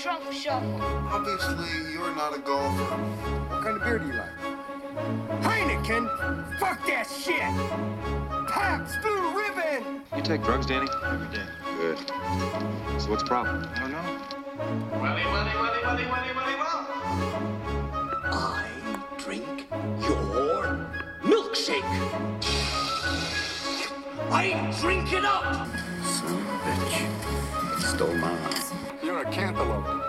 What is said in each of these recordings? shovel. Obviously, you're not a golfer. What kind of beer do you like? Heineken? Fuck that shit! Pabst Blue Ribbon! You take drugs, Danny? Every day. Good. So what's the problem? I don't know. Willy, willy, willy, willy, willy, willy, well. I drink your milkshake. I drink it up. Son of a bitch. Stole my eyes. You're a cantaloupe.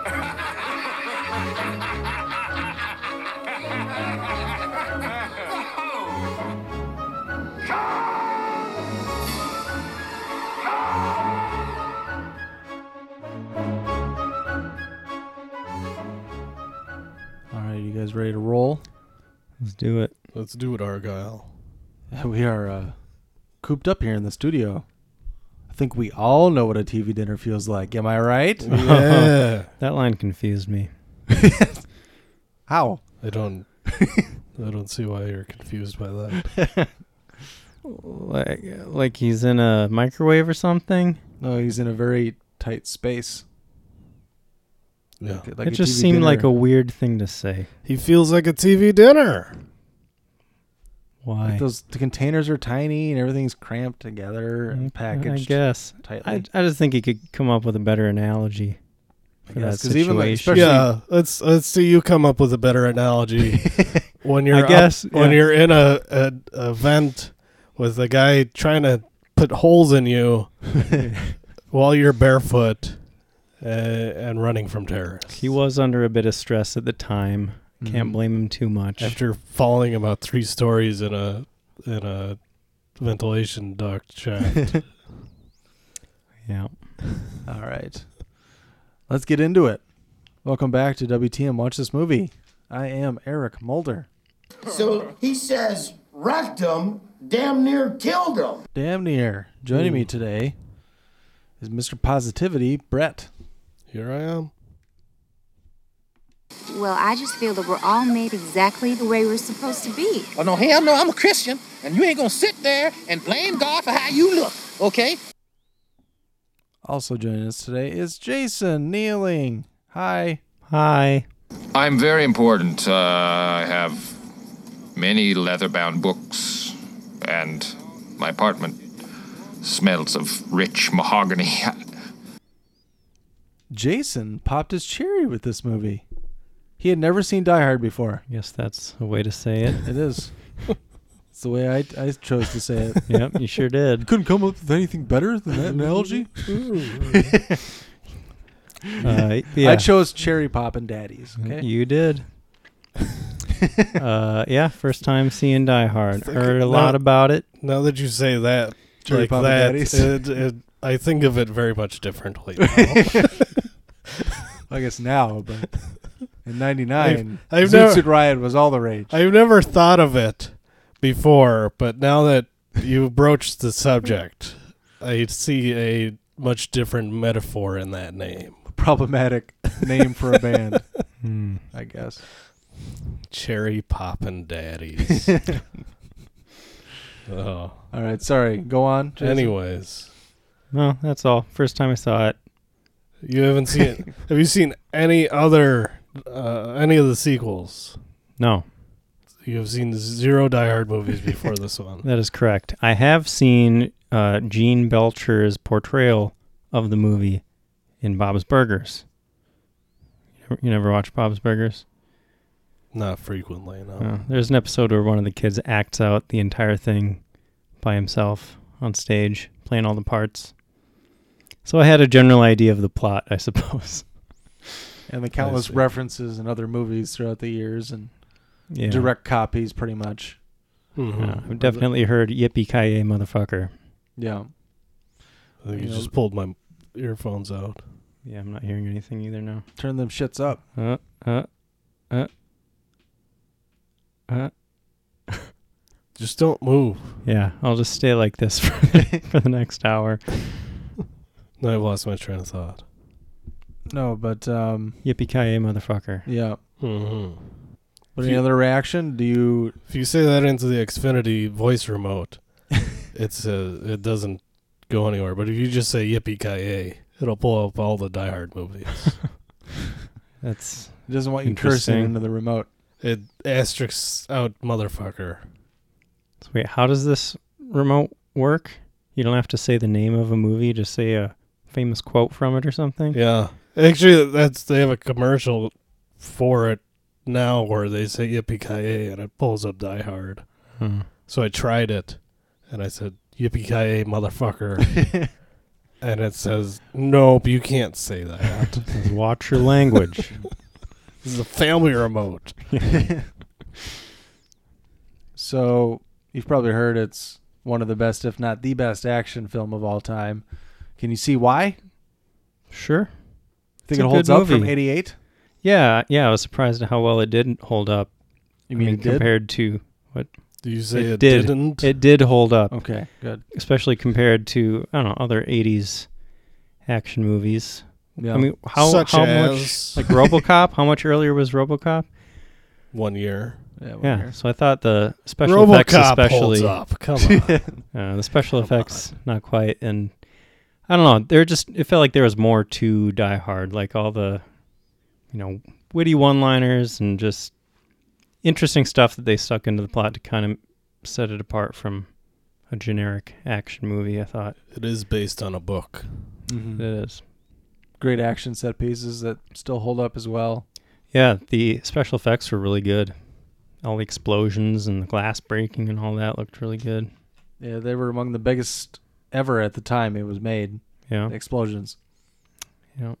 All right, you guys ready to roll? Let's do it. Let's do it, Argyle. We are uh, cooped up here in the studio. I think we all know what a TV dinner feels like. Am I right? Yeah. That line confused me. How? I don't. I don't see why you're confused by that. Like, like he's in a microwave or something. No, he's in a very tight space. Yeah. Like it just seemed like a weird thing to say. He feels like a TV dinner. Why? those the containers are tiny and everything's cramped together and Mm, I packaged guess. I, tightly. I just think he could come up with a better analogy for guess, that 'cause even, like, situation. especially- Yeah. Let's let's see you come up with a better analogy when you're I up- guess, when yeah. you're in a, a a vent with a guy trying to put holes in you while you're barefoot uh, and running from terrorists. he was under a bit of stress at the time. Can't Mhm. blame him too much. after falling about three stories in a in a ventilation duct shaft. yeah. All right. Let's get into it. Welcome back to WTM Watch This Movie. I am Eric Mulder. So he says, wrecked him, damn near killed him. Damn near. Joining me today is Mr. Positivity, Brett. Here I am. Well, I just feel that we're all made exactly the way we're supposed to be. Oh, no, hell no, I'm a Christian, and you ain't gonna sit there and blame God for how you look, okay? Also joining us today is Jason Kneeling. Hi. Hi. I'm very important. Uh, I have many leather bound books, and my apartment smells of rich mahogany. Jason popped his cherry with this movie. He had never seen Die Hard before. I guess that's a way to say it. It is. it's the way I, I chose to say it. yep, you sure did. Couldn't come up with anything better than that analogy. Uh, yeah. Mm-hmm. I chose cherry pop and daddies. Okay. You did. uh, yeah, first time seeing Die Hard. Heard a no. lot about it. Now that you say that, Cherry like Papa that, Daddies. it, it, I think of it very much differently. now. I guess now, but in '99, I've- I've Zoot never- Suit Riot was all the rage. I've never thought of it before, but now that you broached the subject, I see a much different metaphor in that name. Problematic name for a band, Hmm. I guess. Cherry poppin' daddies. oh. All right, sorry. Go on. Jason. Anyways, No, that's all. First time I saw it. you haven't seen. have you seen any other uh, any of the sequels? No, You have seen zero Die Hard movies before this one. that is correct. I have seen uh, Gene Belcher's portrayal of the movie in Bob's Burgers. You never- You never watch Bob's Burgers? Not frequently, no. Oh, there's an episode where one of the kids acts out the entire thing by himself on stage, playing all the parts. So I had a general idea of the plot, I suppose. And the countless see. references and other movies throughout the years and Yeah. direct copies, pretty much. Mhm. Yeah, I've definitely heard yippee ki yay, motherfucker. Yeah. I think you you know- just pulled my earphones out. Yeah, I'm not hearing anything either now. Turn them shits up. Uh, uh, uh, uh. Just don't move. Yeah, I'll just stay like this for the, for the next hour. No, I've lost my train of thought. No, but um, Yippee ki yay, motherfucker. yeah. Mm-hmm. But If any you- other reaction? Do you? If you say that into the Xfinity voice remote, it's uh, it doesn't go anywhere. But if you just say yippee ki yay, it'll pull up all the Die Hard movies. That's It doesn't want you cursing interesting. into the remote. It asterisks out, motherfucker. So wait, how does this remote work? You don't have to say the name of a movie, just say a famous quote from it or something. Yeah. Actually, that's they have a commercial for it now where they say Yippee Ki and it pulls up Die Hard. Hmm. So I tried it, and I said Yippee Ki motherfucker, and it says Nope, you can't say that. Just Watch your language. this is a family remote. So you've probably heard it's one of the best, if not the best, action film of all time. Can you see why? sure. It's Think a it holds good up from movie. '88? Yeah, yeah. I was surprised at how well it didn't hold up. You I mean mean, it did? compared to what Do you say it, did. didn't? It did hold up. Okay, good. especially compared to I don't know other '80s action movies. Yeah. I mean, how Such how as- much like RoboCop? how much earlier was RoboCop? One year. yeah, well, Yeah, here. so I thought the special effects, especially up. Come on. uh, the special effects, not quite. And I don't know, there just it felt like there was more to Die Hard, like all the you know witty one-liners and just interesting stuff that they stuck into the plot to kind of set it apart from a generic action movie. I thought it is based on a book. it is. Great action set pieces that still hold up as well. Yeah, the special effects were really good. All the explosions and the glass breaking and all that looked really good. Yeah, they were among the biggest ever at the time it was made. Yeah. The explosions. Yeah.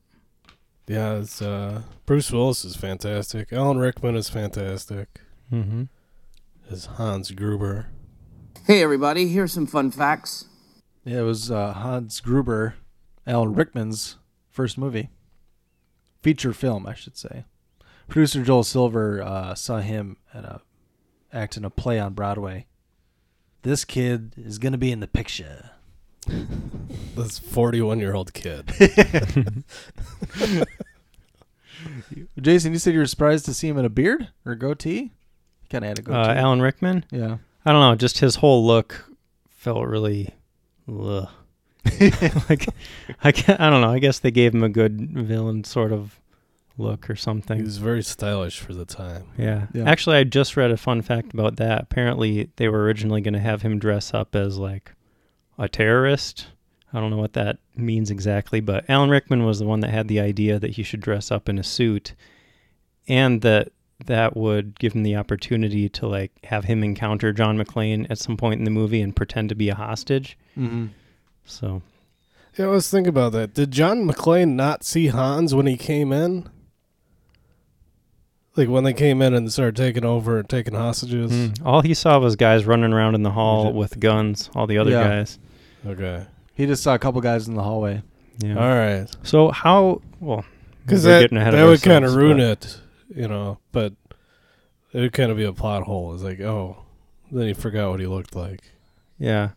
Yeah, it's, uh, Bruce Willis is fantastic. Alan Rickman is fantastic. Mm-hmm. Is Hans Gruber. Hey, everybody, here's some fun facts. Yeah, it was uh, Hans Gruber, Alan Rickman's first movie, feature film, I should say. Producer Joel Silver uh, saw him at a act in a play on Broadway. This kid is gonna be in the picture. This 41 year old kid. Jason, you said you were surprised to see him in a beard or a goatee. He kind of had a goatee. Uh, Alan Rickman? yeah, I don't know, just his whole look felt really ugh. like I ca I don't know. I guess they gave him a good villain sort of look or he something. was very stylish for the time. Yeah. Yeah. Actually, I just read a fun fact about that. Apparently, they were originally going to have him dress up as like a terrorist. I don't know what that means exactly, but Alan Rickman was the one that had the idea that he should dress up in a suit and that that would give him the opportunity to like have him encounter John McClane at some point in the movie and pretend to be a hostage. mm-hmm. So, Yeah, let's think about that. Did John McClane not see Hans when he came in? Like when they came in and started taking over and taking hostages? mm, all he saw was guys running around in the hall with guns, all the other Yeah. guys. Okay. he just saw a couple guys in the hallway. Hmm. Yeah. All right. So how? Well, Because we're that, getting ahead that of would kind of ourselves, ruin but- it, you know, but it would kind of be a plot hole. It's like, oh, then he forgot what he looked like. Yeah.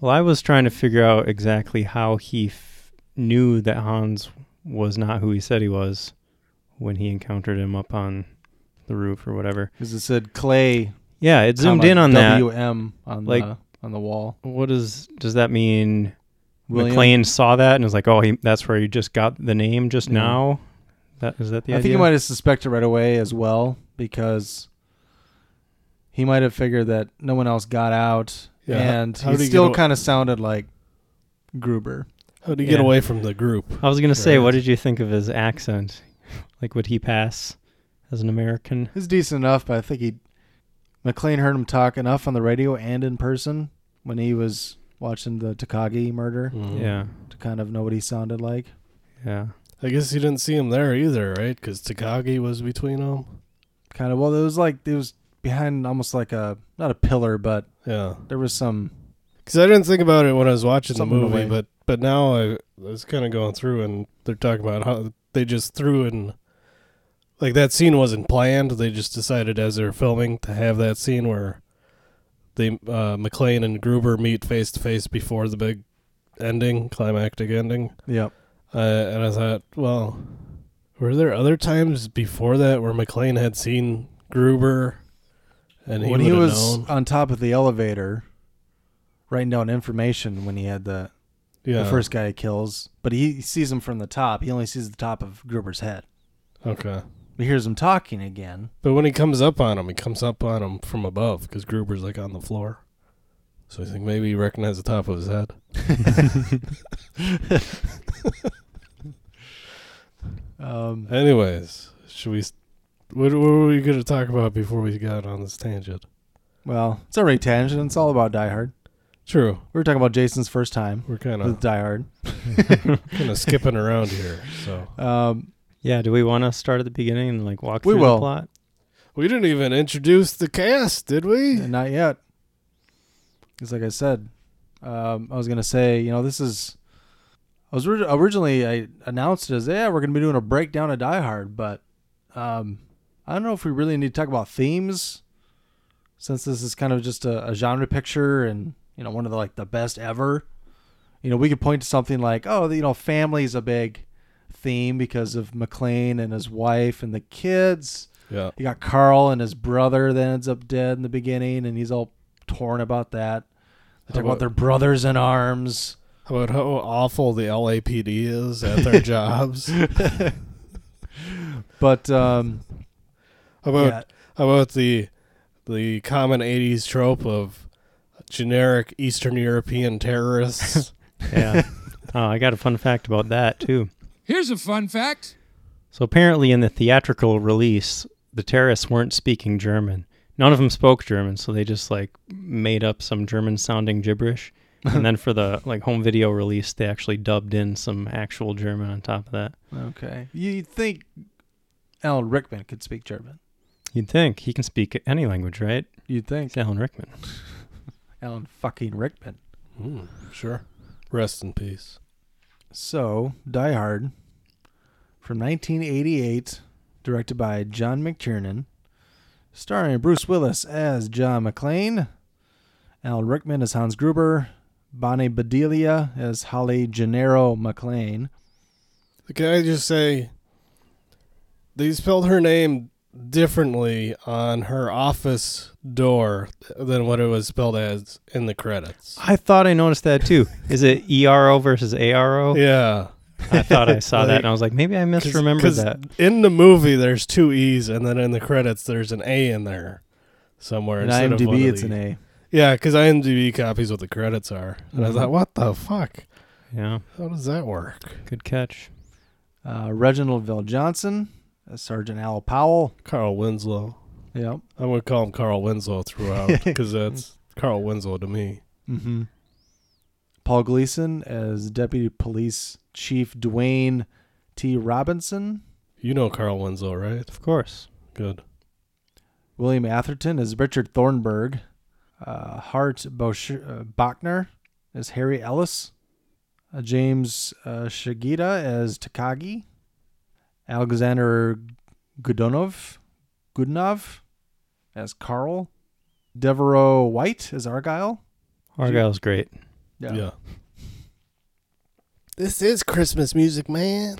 Well, I was trying to figure out exactly how he f- knew that Hans was not who he said he was when he encountered him up on the roof or whatever. Because it said Clay Yeah, it zoomed comma, in on that. WM on Like- the on the wall. What is does that mean? William? McLean saw that and was like, "Oh, he, that's where he just got the name just Yeah. now." That is that the I idea? think he might have suspected right away as well because he might have figured that no one else got out, Yeah, h- and how he did he still get aw- kind of sounded like Gruber. How do you get Yeah. away from the group? I was gonna say, Right. what did you think of his accent? like, would he pass as an American? He's decent enough, but I think he McLean heard him talk enough on the radio and in person when he was watching the Takagi murder Yeah, to kind of know what he sounded like. yeah. Mm. I guess you didn't see him there either, right? Because Takagi was between them. Kind of well, it was like it was behind almost like a not a pillar, but Yeah. there was some Because I didn't think about it when I was watching Something the away. movie, but but now I, I was kind of going through and they're talking about how they just threw in, like that scene wasn't planned. They just decided as they were filming to have that scene where they uh, McLean and Gruber meet face to face before the big ending, climactic ending. yeah. Uh, and I thought, well, were there other times before that where McLean had seen Gruber? And he when he would've was known? on top of the elevator, writing down information when he had the yeah. the first guy he kills, but he sees him from the top. He only sees the top of Gruber's head. Okay. He hears him talking again. But when he comes up on him, he comes up on him from above because Gruber's like on the floor. So I think maybe he recognized the top of his head. um. Anyways, should we? s- What, what were we going to talk about before we got on this tangent? Well, it's already tangent. It's all about Die Hard. True. We were talking about Jason's first time. We're kinda- with Die Hard. kind of skipping around here. So Um, yeah. Do we want to start at the beginning and like walk We through will. the plot? we didn't even introduce the cast, did we? Not yet. Because, like I said, um, I was gonna say, you know, this is. I was orig- originally I announced it as, yeah, we're gonna be doing a breakdown of Die Hard, but um, I don't know if we really need to talk about themes, since this is kind of just a, a genre picture and you know one of the like the best ever. You know, we could point to something like, oh, you know, family's a big theme because of McLean and his wife and the kids. Yeah. You got Carl and his brother that ends up dead in the beginning, and he's all torn about that. They talk How about, about- their brothers in arms. How about how awful the LAPD is at their jobs? but um, how about yeah. how about the the common '80s trope of generic Eastern European terrorists? Yeah. oh, I got a fun fact about that too. Here's a fun fact. So apparently, in the theatrical release, the terrorists weren't speaking German. None of them spoke German, so they just like made up some German-sounding gibberish. And then for the like home video release, they actually dubbed in some actual German on top of that. Okay. You think Alan Rickman could speak German? You'd think he can speak any language, right? You'd think. Alan Rickman. Alan fucking Rickman. Mm, sure. Rest in peace. So, Die Hard from 1988, directed by John McTiernan, starring Bruce Willis as John McClane, Alan Rickman as Hans Gruber, Bonnie Bedelia as Holly Gennaro McClane. Can I just say they spelled her name differently on her office door than what it was spelled as in the credits? I thought I noticed that too. Is it ERO versus ARO? Yeah. I thought I saw that Like- and I was like, maybe I misremembered Because that. In the movie, there's two E's, and then in the credits, there's an A in there somewhere. In instead of one IMDb, of it's the- an A. Yeah, because IMDb copies what the credits are. And Mm-hmm. I thought, what the fuck? Yeah. How does that work? Good catch. Uh, Reginald Vell Johnson as Sergeant Al Powell. Carl Winslow. Yep. I would call him Carl Winslow throughout because that's Carl Winslow to me. Mm-hmm. Paul Gleason as Deputy Police Chief Dwayne T. Robinson. You know Carl Winslow, right? Of course. Good. William Atherton as Richard Thornburg. Uh, Hart Bosch- uh, Bachner as Harry Ellis. Uh, James uh, Shigeta as Takagi. Alexander Gudonov, Gudnov as Carl. Devereaux White as Argyle. Argyle's great. Yeah. This is Christmas music, man.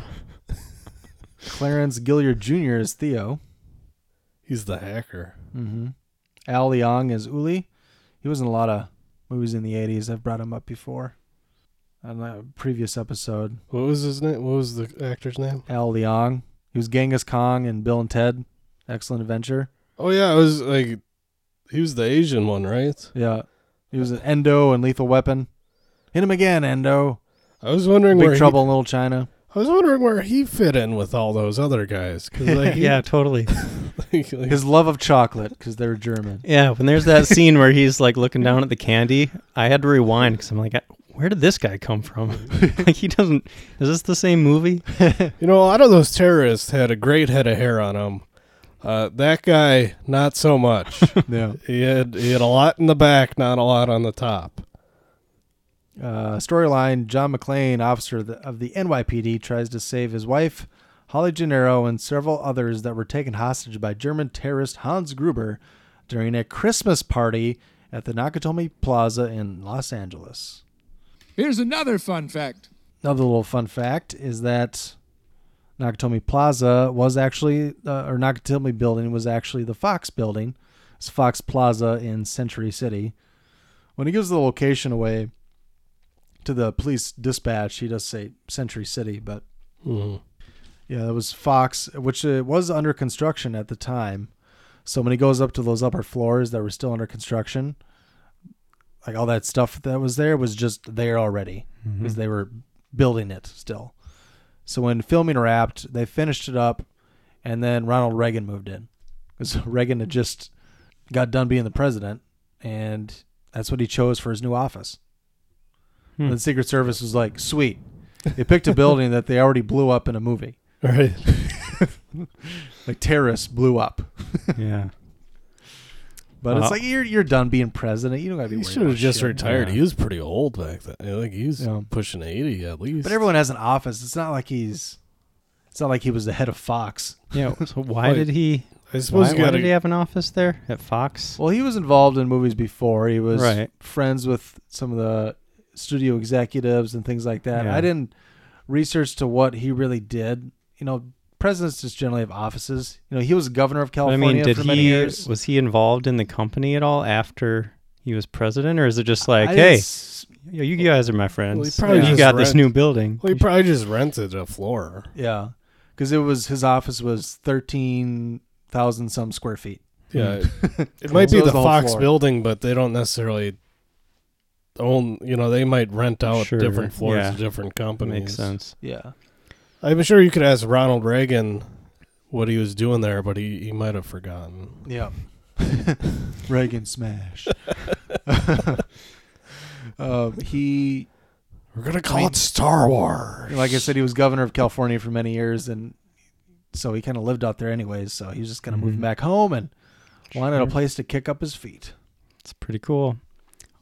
Clarence Gilliard Jr. as Theo. He's the hacker. Mm-hmm. Al Leong as Uli. He was in a lot of movies in the 80s. I've brought him up before on a previous episode. What was his name? What was the actor's name? Al Leong. He was Genghis Kong in Bill and Ted. Excellent Adventure. Oh yeah, it was like he was the Asian one, right? Yeah. He was in Endo and Lethal Weapon. Hit him again, Endo. I was wondering where Big he- Trouble in Little China. I was wondering where he fit in with all those other guys. 'cause, like, he- yeah, totally. like, like- His love of chocolate because they're German. Yeah, when there's that scene where he's like looking down at the candy, I had to rewind because I'm like, "I- where did this guy come from? like, he doesn't. Is this the same movie? you know, a lot of those terrorists had a great head of hair on them. Uh, that guy, not so much. Yeah. he had he had a lot in the back, not a lot on the top. Uh, storyline John McClane, officer of the, of the NYPD, tries to save his wife, Holly Gennaro, and several others that were taken hostage by German terrorist Hans Gruber during a Christmas party at the Nakatomi Plaza in Los Angeles. Here's another fun fact. Another little fun fact is that Nakatomi Plaza was actually, uh, or Nakatomi Building was actually the Fox Building. It's Fox Plaza in Century City. When he gives the location away to the police dispatch, he does say Century City, but Yeah, that was Fox, which uh, was under construction at the time. So when he goes up to those upper floors that were still under construction, like all that stuff that was there was just there already because Mhm. they were building it still. So when filming wrapped, they finished it up, and then Ronald Reagan moved in because Reagan had just got done being the president, and that's what he chose for his new office. Hmm. And the Secret Service was like, "Sweet, they picked a building that they already blew up in a movie." Right. like terrorists blew up. yeah. But Wow. it's like you're you're done being president. You don't gotta be. He worried should have about just shit. retired. He was pretty old back then. I think he's pushing eighty at least. But everyone has an office. It's not like he's. It's not like he was the head of Fox. Yeah. So why did he? I suppose why, you why gotta- did he have an office there at Fox? Well, he was involved in movies before. He was Right. friends with some of the studio executives and things like that. Yeah. I didn't research to what he really did. You know, presidents just generally have offices. You know, he was governor of But I California mean, did for many he years. was he involved in the company at all after he was president, or is it just like, I didn't hey, s- you, you guys are my Well, he friends. probably you just got this rent- new building. Well, he probably just rented a floor. Yeah, because it was his office was thirteen thousand some square feet. Yeah, it, it So might be was the whole Fox floor. building, but they don't necessarily own. You know, they might rent out Sure, different floors yeah. to different companies. Makes sense. Yeah. I'm sure you could ask Ronald Reagan what he was doing there, but he, he might have forgotten. Yeah. Reagan smash. uh, he. We're gonna call it Star Wars. Like I said, he was governor of California for many years, and so he kind of lived out there anyways. So he was just kind of Mm-hmm. moving back home and wanted a Sure. place to kick up his feet. It's pretty cool.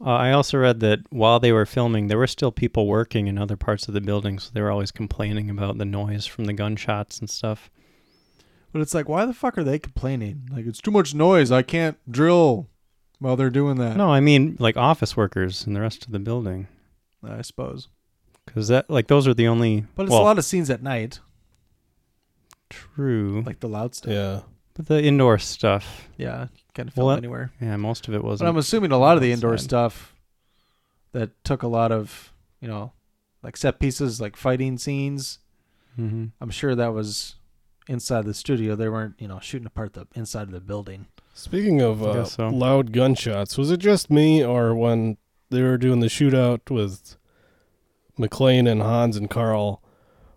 Uh, I also read that while they were filming, there were still people working in other parts of the building, so they were always complaining about the noise from the gunshots and stuff. But it's like, why the fuck are they complaining? Like it's too much noise. I can't drill while they're doing that. No, I mean like office workers in the rest of the building, I suppose. because that like those are the only. But it's well, a lot of scenes at night, true. like the loud stuff. Yeah. But the indoor stuff. Yeah, kind of film Well, anywhere. Yeah, most of it But wasn't. I'm assuming a lot of the indoor outside. stuff that took a lot of, you know, like set pieces, like fighting scenes. Mm-hmm. Mhm. I'm sure that was inside the studio. They weren't, you know, shooting apart the inside of the building. Speaking of I uh, guess so. loud gunshots, was it just me or when they were doing the shootout with McLean and Hans and Carl,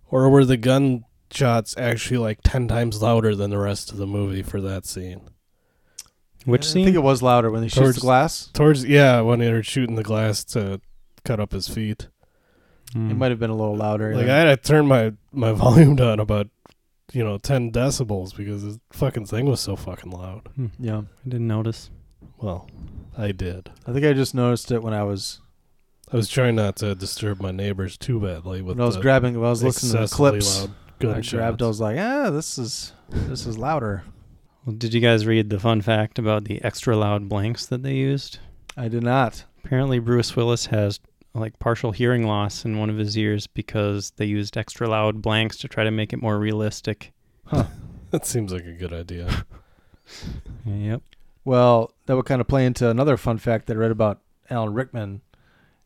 or were the gunshots actually like ten times louder than the rest of the movie for that scene? Which I scene? think it was louder when they shoots the glass. Towards yeah, when they were shooting the glass to cut up his feet. It might have been a little louder. Mm. Like I had to turn my my volume down about you know ten decibels because this fucking thing was so fucking loud. yeah. I didn't notice. Well, I did. I think I just noticed it when I was I was trying not to disturb my neighbors too badly with. when I was the grabbing when I was listening to the excessively clips. loud I gunshots. grabbed. I was like, ah, this is this is louder. Well, did you guys read the fun fact about the extra loud blanks that they used? I did not. Apparently, Bruce Willis has like partial hearing loss in one of his ears because they used extra loud blanks to try to make it more realistic. That seems like a good idea. Yep. Well, that would kind of play into another fun fact that I read about Alan Rickman,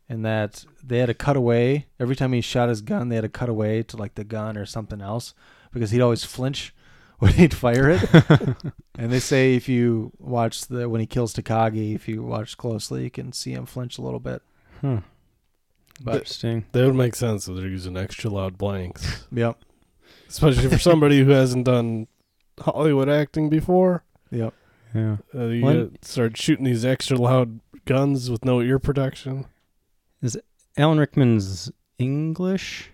in that they had a cutaway every time he shot his gun. They had a cutaway to like the gun or something else because he'd always flinch when he'd fire it. and they say if you watch the when he kills Takagi, if you watch closely, you can see him flinch a little bit. Huh. But- Interesting. that would make sense if they're using extra loud blanks, Yep. especially for somebody who hasn't done Hollywood acting before. Yep. Yeah. Uh, you One- gotta start shooting these extra loud guns with no ear protection. Is Alan Rickman's English?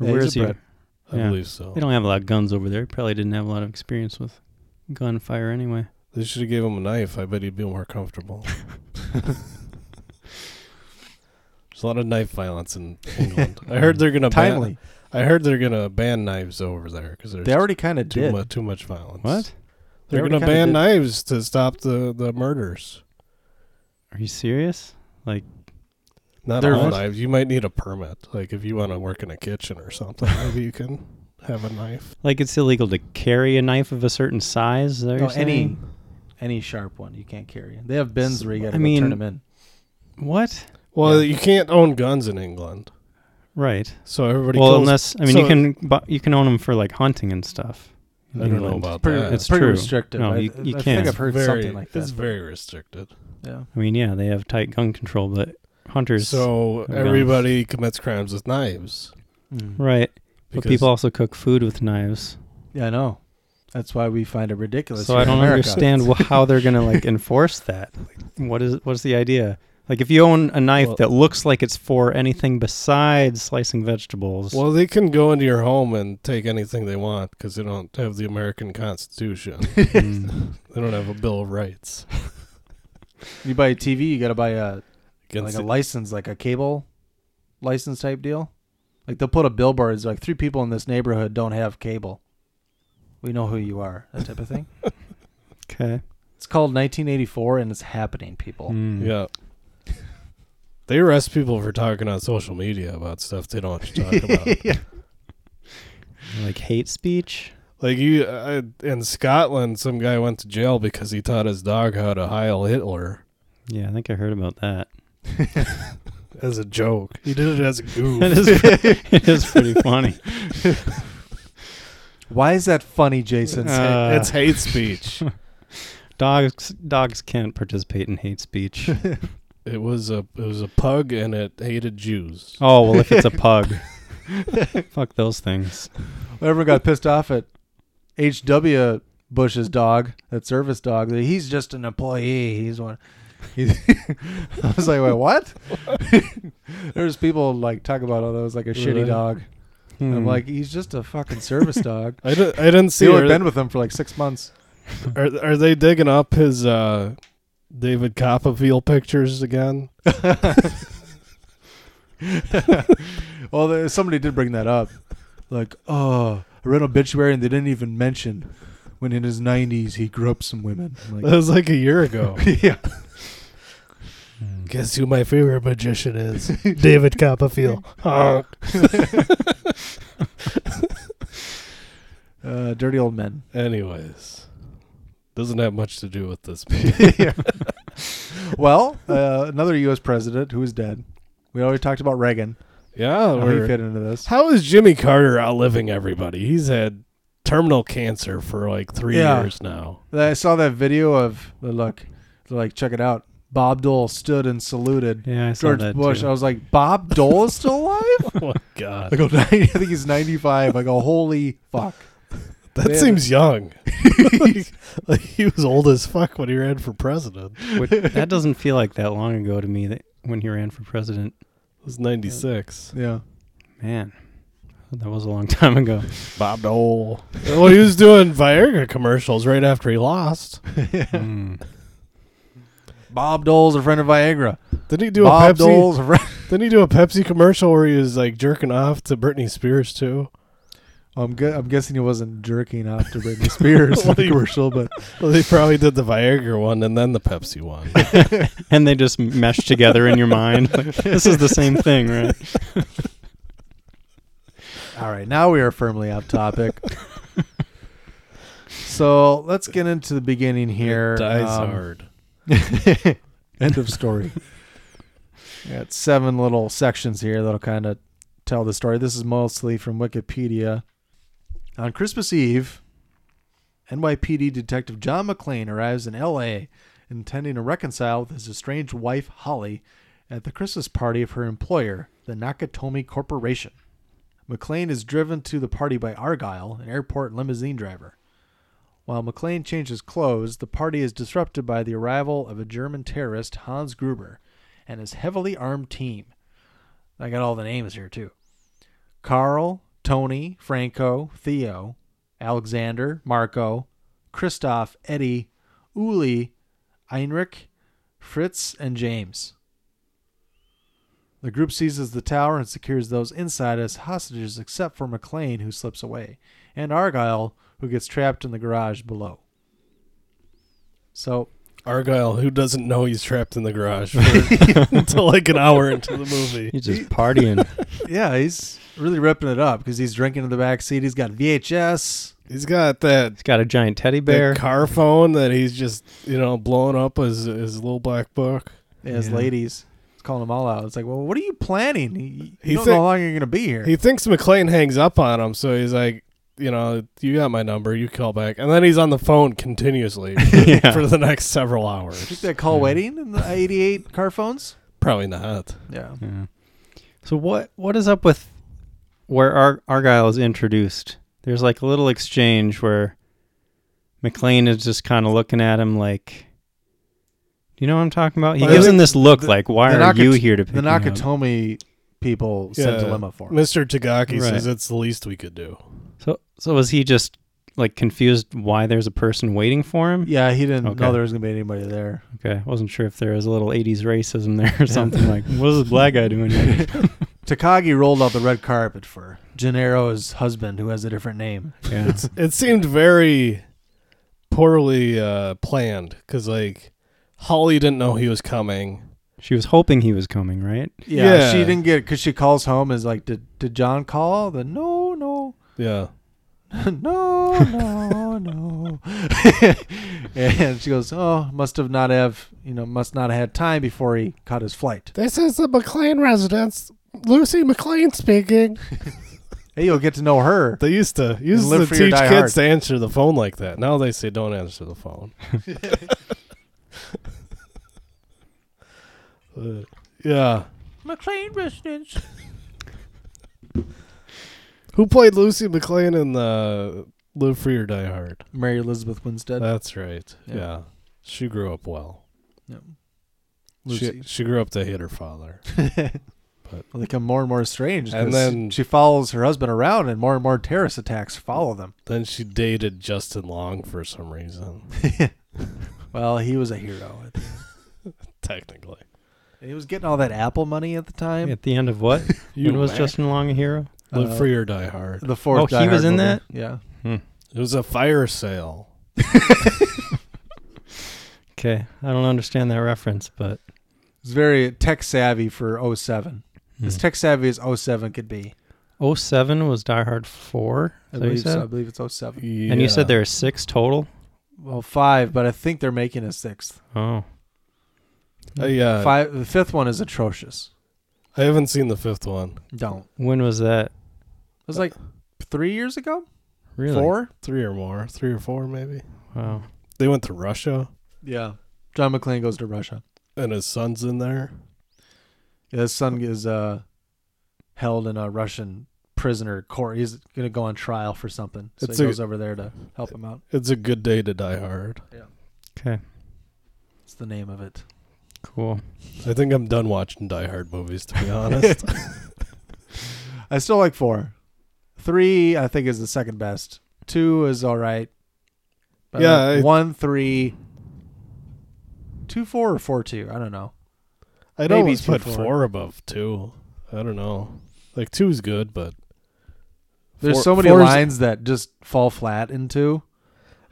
Or Yeah, where he's is a he? Brit. I believe so. They don't have a lot of guns over there. Probably didn't have a lot of experience with gunfire anyway. They should have gave him a knife. I bet he'd be more comfortable. There's a lot of knife violence in England. I heard they're gonna Timely. Ban, I heard they're gonna ban knives over there because They already kinda too did. much too much violence. What? They They're already gonna kinda ban did. knives to stop the the murders. Are you serious? Like, Not They're- all What? knives. You might need a permit. Like if you want to work in a kitchen or something, maybe you can have a knife. like it's illegal to carry a knife of a certain size? There, No, any any sharp one you can't carry. They have bins where you got to I mean- turn them in. What? Well, you can't own guns in England. Right. So everybody. Well, calls- unless I mean, so- you can bu- you can own them for like hunting and stuff. in I don't know England. about It's pretty- that. It's pretty true. restrictive. No, I- you, you I think can't. I've heard Very- something like that, it's but- very restricted. Yeah. I mean, yeah, they have tight gun control, but hunters. So have guns. everybody commits crimes with knives. Hmm. Right. but Because- people also cook food with knives. Yeah, I know. That's why we find it ridiculous. So here I in don't America. understand wh- how they're going to like enforce that. Like, what is what's the idea? Like if you own a knife Well- that looks like it's for anything besides slicing vegetables. Well, they can go into your home and take anything they want because they don't have the American Constitution. hmm, they don't have a Bill of Rights. You buy a TV, you got to buy a Against like a the- license, like a cable license type deal. Like they'll put a billboard. It's like three people in this neighborhood don't have cable. We know who you are. That type of thing. okay. It's called 1984, and it's happening, people. Hmm. Yeah. They arrest people for talking on social media about stuff they don't want you to talk about. Like hate speech. Like you uh, in Scotland, some guy went to jail because he taught his dog how to Heil Hitler Yeah, I think I heard about that. as a joke. He did it as a goof. That is- it is pretty funny. Why is that funny, Jason? Uh, it's hate speech. Dogs dogs can't participate in hate speech. It was a it was a pug and it hated Jews. oh well, if it's a pug, fuck those things. Everyone got pissed off at H.W. Bush's dog, that service dog. that He's just an employee. He's one. he- I was like, wait, what? There's people like talk about all those like a Really? shitty dog. And I'm Hmm. like, he's just a fucking service dog. I didn't- I didn't see They only her- been with him for like six months. Are are they digging up his uh, David Copperfield pictures again? well, there, somebody did bring that up. Like, oh, I read an obituary and they didn't even mention when in his 90s he grew up some women. I'm That was like a year ago. yeah. Guess who my favorite magician is? David Copperfield. Honk. Uh, dirty old men. Anyways, doesn't have much to do with this. Well, uh, another U.S. president who is dead. We already talked about Reagan. yeah, Oh, How we're- he fit into this. How is Jimmy Carter outliving everybody? He's had terminal cancer for like three Yeah. years now. I saw that video of the look. Like, check it out. Bob Dole stood and saluted Yeah, I saw George that Bush. too. I was like, Bob Dole is still alive? Oh my God, I go, 90, I think he's 95. I go, holy fuck. that Man. seems young. like, like he was old as fuck when he ran for president. Which, that doesn't feel like that long ago to me. That when he ran for president, It was ninety six. Yeah. man, that was a long time ago. Bob Dole. well, he was doing Viagra commercials right after he lost. Mm. Bob Dole's a friend of Viagra. Didn't he do a Bob Pepsi? Dole's a friend. Didn't he do a Pepsi commercial where he was like jerking off to Britney Spears too? I'm, gu- I'm guessing he wasn't jerking off to Britney Spears in Well, the he- commercial, but Well, they probably did the Viagra one and then the Pepsi one. and they just mesh together in your mind. Like, this is the same thing, right? All right, now we are firmly off topic. so let's get into the beginning here. Dies Um, hard. End of story. We got seven little sections here that'll kind of tell the story. This is mostly from Wikipedia. On Christmas Eve, NYPD Detective John McClane arrives in L.A. intending to reconcile with his estranged wife Holly at the Christmas party of her employer, the Nakatomi Corporation. McLean is driven to the party by Argyle, an airport limousine driver. While McLean changes clothes, the party is disrupted by the arrival of a German terrorist, Hans Gruber, and his heavily armed team. I got all the names here, too Carl, Tony, Franco, Theo, Alexander, Marco, Christoph, Eddie, Uli, Heinrich, Fritz, and James. The group seizes the tower and secures those inside as hostages, except for McLean, who slips away, and Argyle, who gets trapped in the garage below. So, Argyle, who doesn't know he's trapped in the garage for, until like an hour into the movie. He's just partying. yeah, he's really ripping it up because he's drinking in the back seat. He's got VHS. He's got that, He's got a giant teddy bear. that car phone that he's just you know blowing up his his little black book. He has Yeah. ladies. It's calling them all out. It's like, well, what are you planning? You, you don't know how long you're going to be here. He thinks McLean hangs up on him, so he's like, you know, you got my number, you call back, and then he's on the phone continuously Yeah. for the next several hours. Think they call waiting in the 88 car phones? Probably not. Yeah. So what what is up with where Ar- Argyle is introduced? There's like a little exchange where McLean is just kind of looking at him like, do you know what I'm talking about? He Well, I gives think him this look the- like, why the are you Nakat- here to pick The me up? Nakatomi people sent a limo for him. Mr. Right. Tagaki says it's the least we could do. So so was he just like confused why there's a person waiting for him? Yeah, he didn't Okay. know there was going to be anybody there. Okay, I wasn't sure if there was a little '80s racism there or something like. What is this black guy doing? here? Takagi rolled out the red carpet for Gennaro's husband, who has a different name. Yeah. It seemed very poorly uh, planned because, like, Holly didn't know he was coming. she was hoping he was coming, right? yeah, Yeah. she didn't get because she calls home is like, did, did John call? The no, no, Yeah. no, no, no. and she goes, oh, must have not have you know must not have had time before he caught his flight. This is the McLean residence. Lucy McLean speaking. Hey, you'll get to know her. They used to used live to for your teach die kids hard. to answer the phone like that. Now they say don't answer the phone. Uh, yeah. McLean residence. Who played Lucy McLean in the Live Free or Die Hard? Mary Elizabeth Winstead. That's right. Yeah. Yeah. She grew up well. Yep. She, Lucy. she grew up to hate her father. Well, they become more and more strange. And 'cause then- she follows her husband around, and more and more terrorist attacks follow them. then she dated Justin Long for some reason. Well, he was a hero. Technically. He was getting all that Apple money at the time. At the end of what? You when was whack. Justin Long a hero? Live Uh, Free or Die Hard. The fourth. Oh, Die he was Hard in movie. that? Yeah. It was a fire sale. Okay, I don't understand that reference, but It's very tech savvy for 07. As Hmm. tech savvy as 07 could be. 07 was Die Hard 4. I Is that what you believe so. said? I believe it's 07. And you Yeah. said there are six total? Well, five, but I think they're making a sixth. Oh. Uh, yeah. Five. The fifth one is atrocious. I haven't seen the fifth one. Don't. It When was that? was like three years ago. Really? Four. Three or more. Three or four, maybe. Wow. They went to Russia, Yeah. John McClane goes to Russia. and his son's in there. Yeah, his son is uh, held in a Russian prisoner court. He's gonna go on trial for something, so It's he a- goes over there to help him out. It's a good day to die hard. Okay, It's the name of it. cool. I think I'm done watching Die Hard movies, to be honest. I still like four. Three, I think, is the second best. Two is all right. But Yeah, like I- one, three, two, four, or four, two. I don't know. I'd Maybe always two put for four. it. above two. I don't know. Like two's good, but There's Four- so many four's- lines that just fall flat into.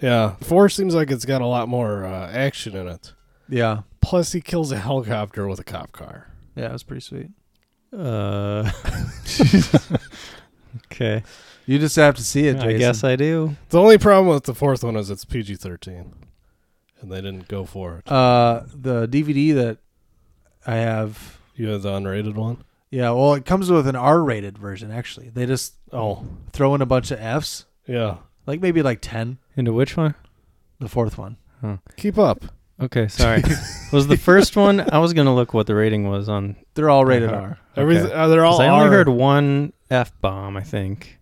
yeah, four seems like it's got a lot more uh, action in it. Yeah, Plus, he kills a helicopter with a cop car. yeah, it's pretty sweet. Uh, okay. You just have to see it. Jason. I guess I do. The only problem with the fourth one is it's PG-13, and they didn't go for it. uh, the DVD that I have You have the unrated one. Yeah, well, it comes with an R-rated version. Actually, they just Oh, throw in a bunch of Fs, yeah. like maybe like ten. Into which one? The fourth one, Keep up. Okay, sorry. was the first one? I was going to look what the rating was on. they're all rated Uh-huh. R. Everything, Okay. uh, they're 'cause all. I only R. heard one F bomb, I think.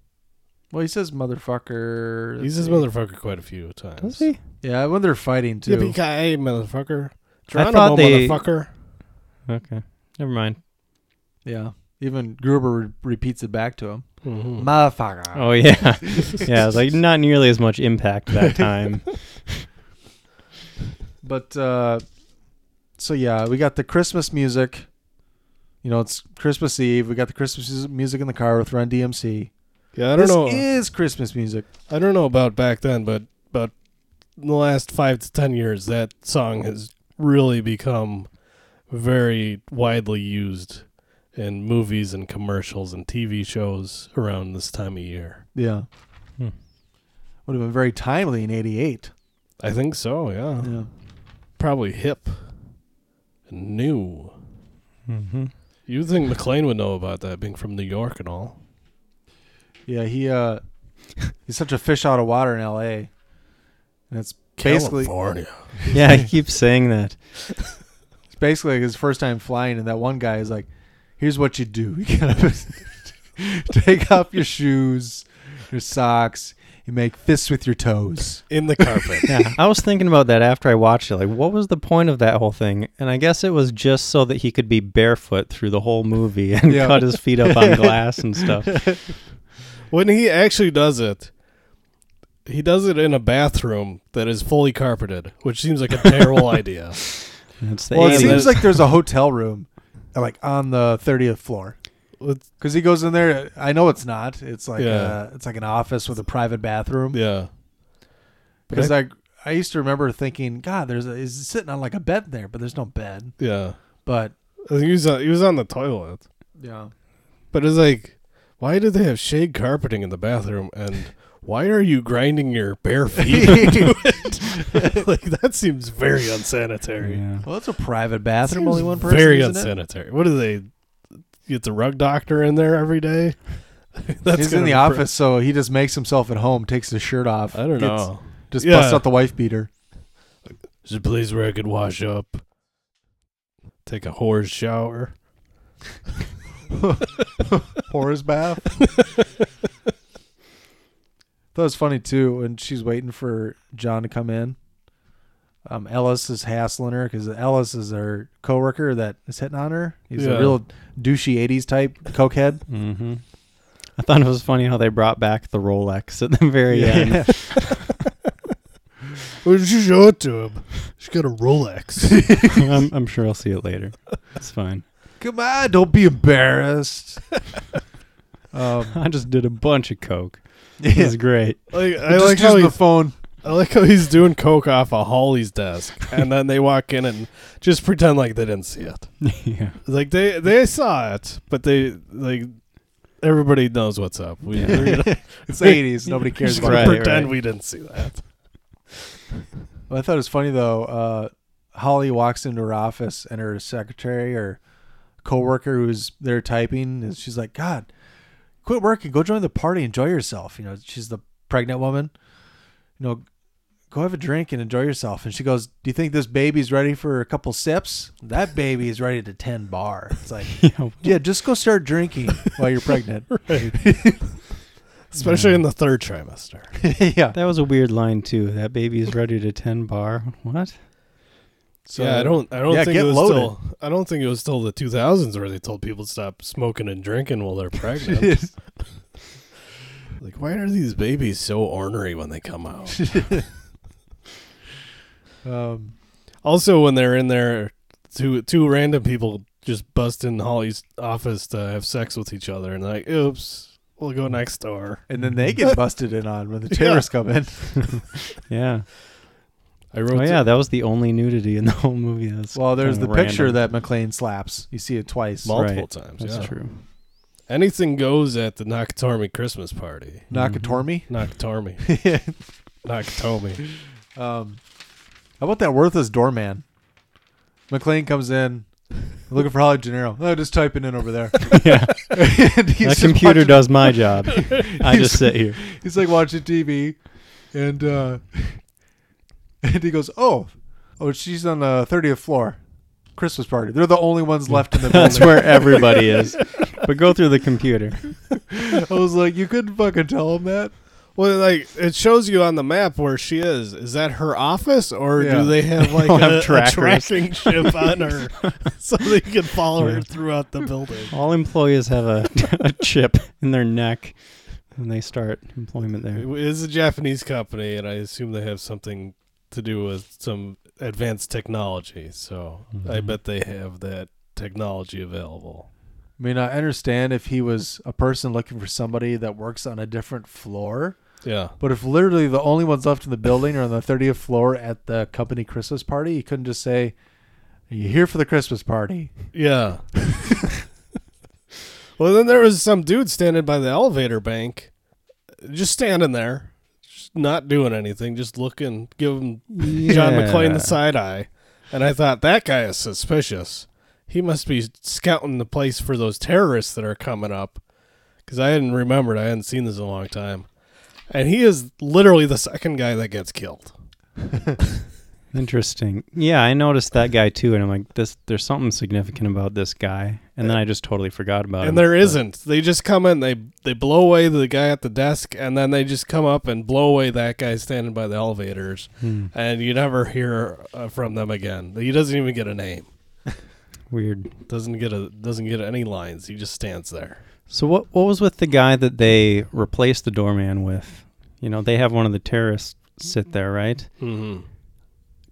Well, he says motherfucker. He's this motherfucker quite a few times. Does he? Yeah, when they're fighting too. Yippee-ki-yay, motherfucker. I Geronimo, thought they- motherfucker. Okay. Never mind. yeah, even Gruber re- repeats it back to him. Mhm. Motherfucker. Oh, yeah. yeah, it was like not nearly as much impact that time. But uh, so yeah, we got the Christmas music. You know, it's Christmas Eve. We got the Christmas mus- music in the car with Run DMC. Yeah, I don't this know. is Christmas music. I don't know about back then, but but in the last five to ten years, that song has really become very widely used in movies and commercials and TV shows around this time of year. Yeah. Hmm. Would have been very timely in '88. I think so. Yeah, Yeah. probably hip, and new. Mm-hmm. You think McLean would know about that, being from New York and all? Yeah, he uh, he's such a fish out of water in L.A. And it's basically California. Yeah, he keeps saying that. It's basically like his first time flying, and that one guy is like, "Here's what you do: you gotta take off your shoes, your socks, you make fists with your toes in the carpet." Yeah, I was thinking about that after I watched it. Like, what was the point of that whole thing? And I guess it was just so that he could be barefoot through the whole movie and Yeah. cut his feet up on glass and stuff. When he actually does it, he does it in a bathroom that is fully carpeted, which seems like a terrible idea. It's the Well, it 80s. seems like there's a hotel room, uh, like on the thirtieth floor, because he goes in there. I know it's not. It's like Yeah. uh it's like an office with a private bathroom. Yeah. Because I I used to remember thinking, God, there's a, is sitting on like a bed there, but there's no bed. Yeah. But I think he was on, he was on the toilet. yeah, But it's like, why do they have shade carpeting in the bathroom? And why are you grinding your bare feet into it? like, that seems very unsanitary. well, it's a private bathroom, only one person. Very isn't it? unsanitary. What do they get the rug doctor in there every day? He's in gonna the be office, so he just makes himself at home, takes his shirt off. I don't gets- know. Just Yeah. busts out the wife beater. Is there a place where I could wash up? Take a whore's shower? Horror's bath. that was funny too when she's waiting for John to come in. Um, Ellis is hassling her because Ellis is her coworker that is hitting on her. He's Yeah. a real douchey '80s type cokehead. hmm I thought it was funny how they brought back the Rolex at the very Yeah. end. What did you show it to him? She's got a Rolex. I'm, I'm sure I'll see it later. It's fine. Come on, don't be embarrassed. um, I just did a bunch of coke. It was great. like, I Just like how using the he's, phone. I like how he's doing coke off a Holly's desk, and then they walk in and just pretend like they didn't see it. yeah. Like they they saw it, but they like everybody knows what's up. We, Yeah. we're gonna- It's the '80s. Nobody we're cares just about gonna Right, pretend right. we didn't see that. Well, I thought it was funny though. Uh, Holly walks into her office and her secretary or coworker who's there typing, and she's like, "God, quit working, go join the party, enjoy yourself." You know, she's the pregnant woman. You know, go have a drink and enjoy yourself. And she goes, "Do you think this baby's ready for a couple sips? That baby is ready to ten bar." It's like, Yeah. yeah, just go start drinking while you're pregnant. Especially in the third trimester. yeah. That was a weird line too. That baby is ready to ten bar. What? So yeah, I don't. I don't yeah, think get it was loaded. still. I don't think it was till the 2000s where they told people to stop smoking and drinking while they're pregnant. like, why are these babies so ornery when they come out? um, also, when they're in there, two two random people just bust in Holly's office to have sex with each other, and they're like, "Oops, we'll go next door." and then they get busted in on when the terrorists come in. Yeah. I wrote. Oh yeah, that was the only nudity in the whole movie. That's Well, there's the kinda picture random. that McLean slaps. You see it twice. Mul- multiple Right. times, That's yeah. true. anything goes at the Nakatomi Christmas party. Nakatomi. Nakatomi, Nakatomi. um, how about that worthless doorman? McLean comes in looking for Holly Gennaro. Oh, just typing in over there. yeah. and he's That just computer watching- does my job. I He's- just sit here. He's like watching TV, and uh, and he goes, "Oh, oh, she's on the thirtieth floor, Christmas party. They're the only ones left in the building." That's where everybody is. But go through the computer. I was like, "You couldn't fucking tell him that." Well, like it shows you on the map where she is. Is that her office, or Yeah. do they have like don't have a, a trackers. tracking chip on her so they can follow Yeah. her throughout the building? All employees have a, a chip in their neck when they start employment there. It is a Japanese company, and I assume they have something to do with some advanced technology. So I bet they have that technology available. I mean, I understand if he was a person looking for somebody that works on a different floor. Yeah, But if literally the only ones left in the building are on the 30th floor at the company Christmas party, you couldn't just say, Are you here for the Christmas party? yeah. well, then there was some dude standing by the elevator bank, just standing there, just not doing anything, just looking, give him John McClane the side eye, and I thought that guy is suspicious. he must be scouting the place for those terrorists that are coming up. Because I hadn't remembered, I hadn't seen this in a long time. And he is literally the second guy that gets killed. Interesting. Yeah, I noticed that guy too, and I'm like, this. There's something significant about this guy, and then I just totally forgot about him. and there isn't. They just come in, they they blow away the guy at the desk, and then they just come up and blow away that guy standing by the elevators, Hmm. and you never hear uh, from them again. He doesn't even get a name. Weird. Doesn't get a doesn't get any lines. He just stands there. So what what was with the guy that they replaced the doorman with? You know, they have one of the terrorists sit there, right? Mm-hmm. Mhm.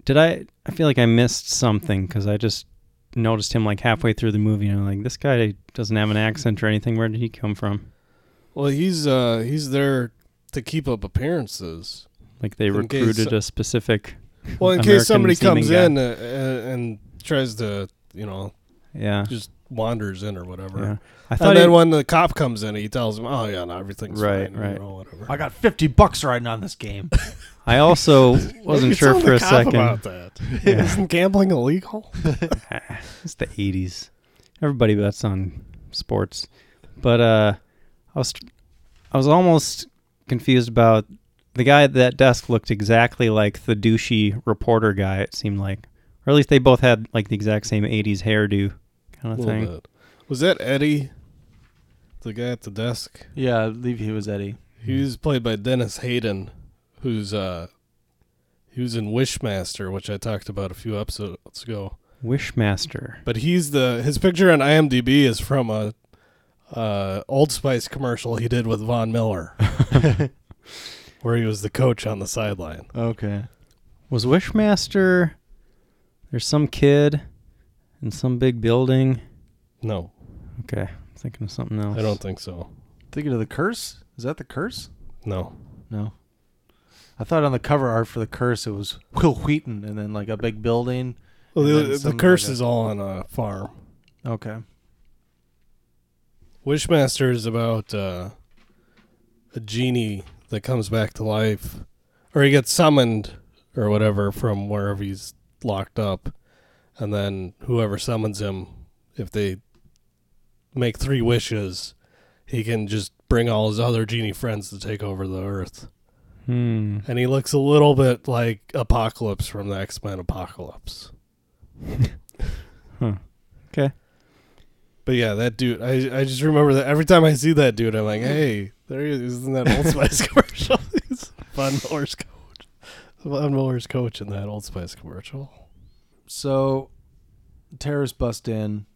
Did I? I feel like I missed something because I just noticed him like halfway through the movie, and I'm like, this guy doesn't have an accent or anything. Where did he come from? Well, he's uh he's there to keep up appearances. Like they In case- recruited a specific. Well, in case somebody American-seeming comes guy. in uh, uh, and tries to, you know, Yeah. just wanders in or whatever. Yeah. I I thought thought and then he- when the cop comes in, he tells him, "Oh yeah, no, everything's Right, fine," you right. know, whatever. I got 50 bucks riding on this game. I also You wasn't sure told for the a cop second. about that. Yeah. Isn't gambling illegal? it's the eighties. Everybody bets on sports, but uh, I was I was almost confused about the guy at that desk looked exactly like the douchey reporter guy. It seemed like, or at least they both had like the exact same eighties hairdo kind of Little thing. bit. Was that Eddie, the guy at the desk? Yeah, I believe he was Eddie. Hmm. He was played by Dennis Hayden, who's uh, he was in Wishmaster, which I talked about a few episodes ago. Wishmaster. But he's the his picture on IMDb is from a uh, Old Spice commercial he did with Von Miller, where he was the coach on the sideline. Okay. Was Wishmaster? There's some kid in some big building. No, Okay, I'm thinking of something else. I don't think so. Thinking of the curse? Is that the curse? No, No. I thought on the cover art for the curse it was Will Wheaton and then like a big building. well and then the, the some, curse like, is all on a farm. a- Okay. Wishmaster is about uh, a genie that comes back to life, or he gets summoned or whatever from wherever he's locked up, and then whoever summons him, if they make three wishes, he can just bring all his other genie friends to take over the earth. Hmm. And he looks a little bit like Apocalypse from the X Men Apocalypse. Huh. Okay. But yeah, that dude, I, I just remember that every time I see that dude, I'm like, hey, there he is. Isn't that Old Spice commercial? He's Von Miller's coach. Von Miller's coach in that Old Spice commercial. So terrorists bust in.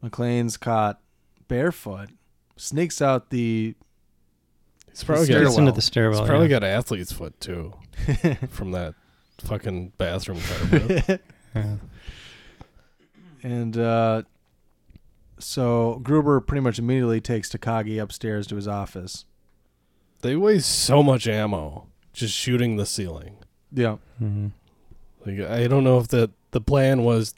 McLean's caught barefoot, sneaks out the He's probably the got Gets into the stairwell. He's probably yeah. got athlete's foot too from that fucking bathroom carpet. Yeah. And uh, so Gruber pretty much immediately takes Takagi upstairs to his office. they waste so much ammo just shooting the ceiling. Yeah. Mhm. Like I don't know if the the plan was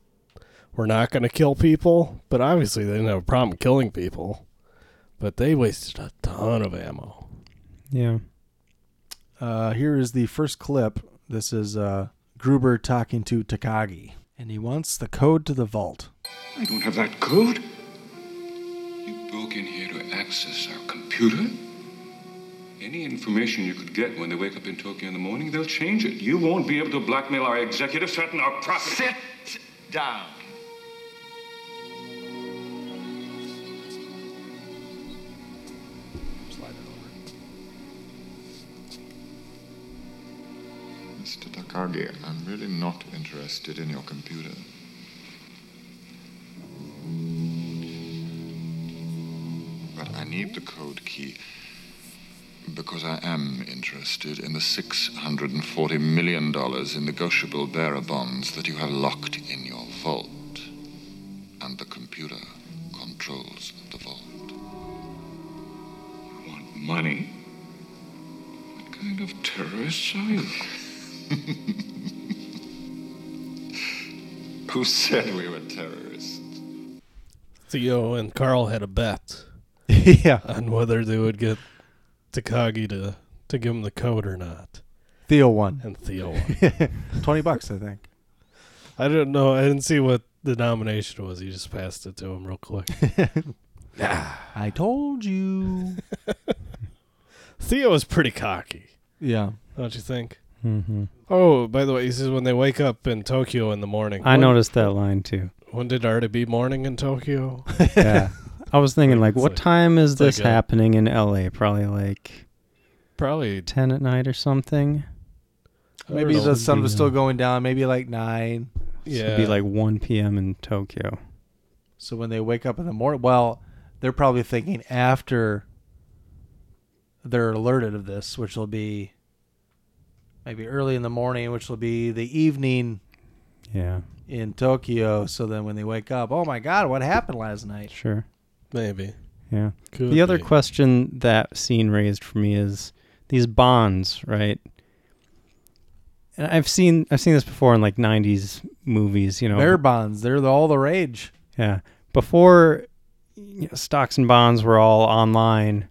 we're not going to kill people, but obviously they didn't have a problem killing people. But they wasted a ton of ammo. Yeah. Uh, here is the first clip. This is uh, Gruber talking to Takagi, and he wants the code to the vault. I don't have that code. You broke in here to access our computer? Any information you could get when they wake up in Tokyo in the morning, they'll change it. You won't be able to blackmail our executives, threaten our profit. Sit down. Mr. Takagi, I'm really not interested in your computer. But I need the code key because I am interested in the $640 million in negotiable bearer bonds that you have locked in your vault. And the computer controls the vault. Money? What kind of terrorists are you? Who said we were terrorists? Theo and Carl had a bet yeah. on whether they would get Takagi to to give him the code or not. Theo won. And Theo won. Twenty bucks, I think. I don't know. I didn't see what the nomination was. He just passed it to him real quick. I told you. Theo was pretty cocky. Yeah. Don't you think? Mm-hmm. Oh, by the way, he says when they wake up in Tokyo in the morning. I noticed that line too. When did already be morning in Tokyo? Yeah. I was thinking like, It's what like- time is it's like this a- happening in LA? Probably like Probably ten at night or something. Maybe It'll the sun be, was uh, still going down. Maybe like nine. so It'd be like one p.m. in Tokyo. So when they wake up in the morning, well, they're probably thinking after they're alerted of this, which will be maybe early in the morning, which will be the evening Yeah. in Tokyo. So then when they wake up, oh my God, what happened last night? Sure. Maybe. Yeah. Could the other be. question that scene raised for me is these bonds, right? And I've seen I've seen this before in like '90s movies, you know. Bear bonds, they're the, all the rage. Yeah. Before you know, stocks and bonds were all online,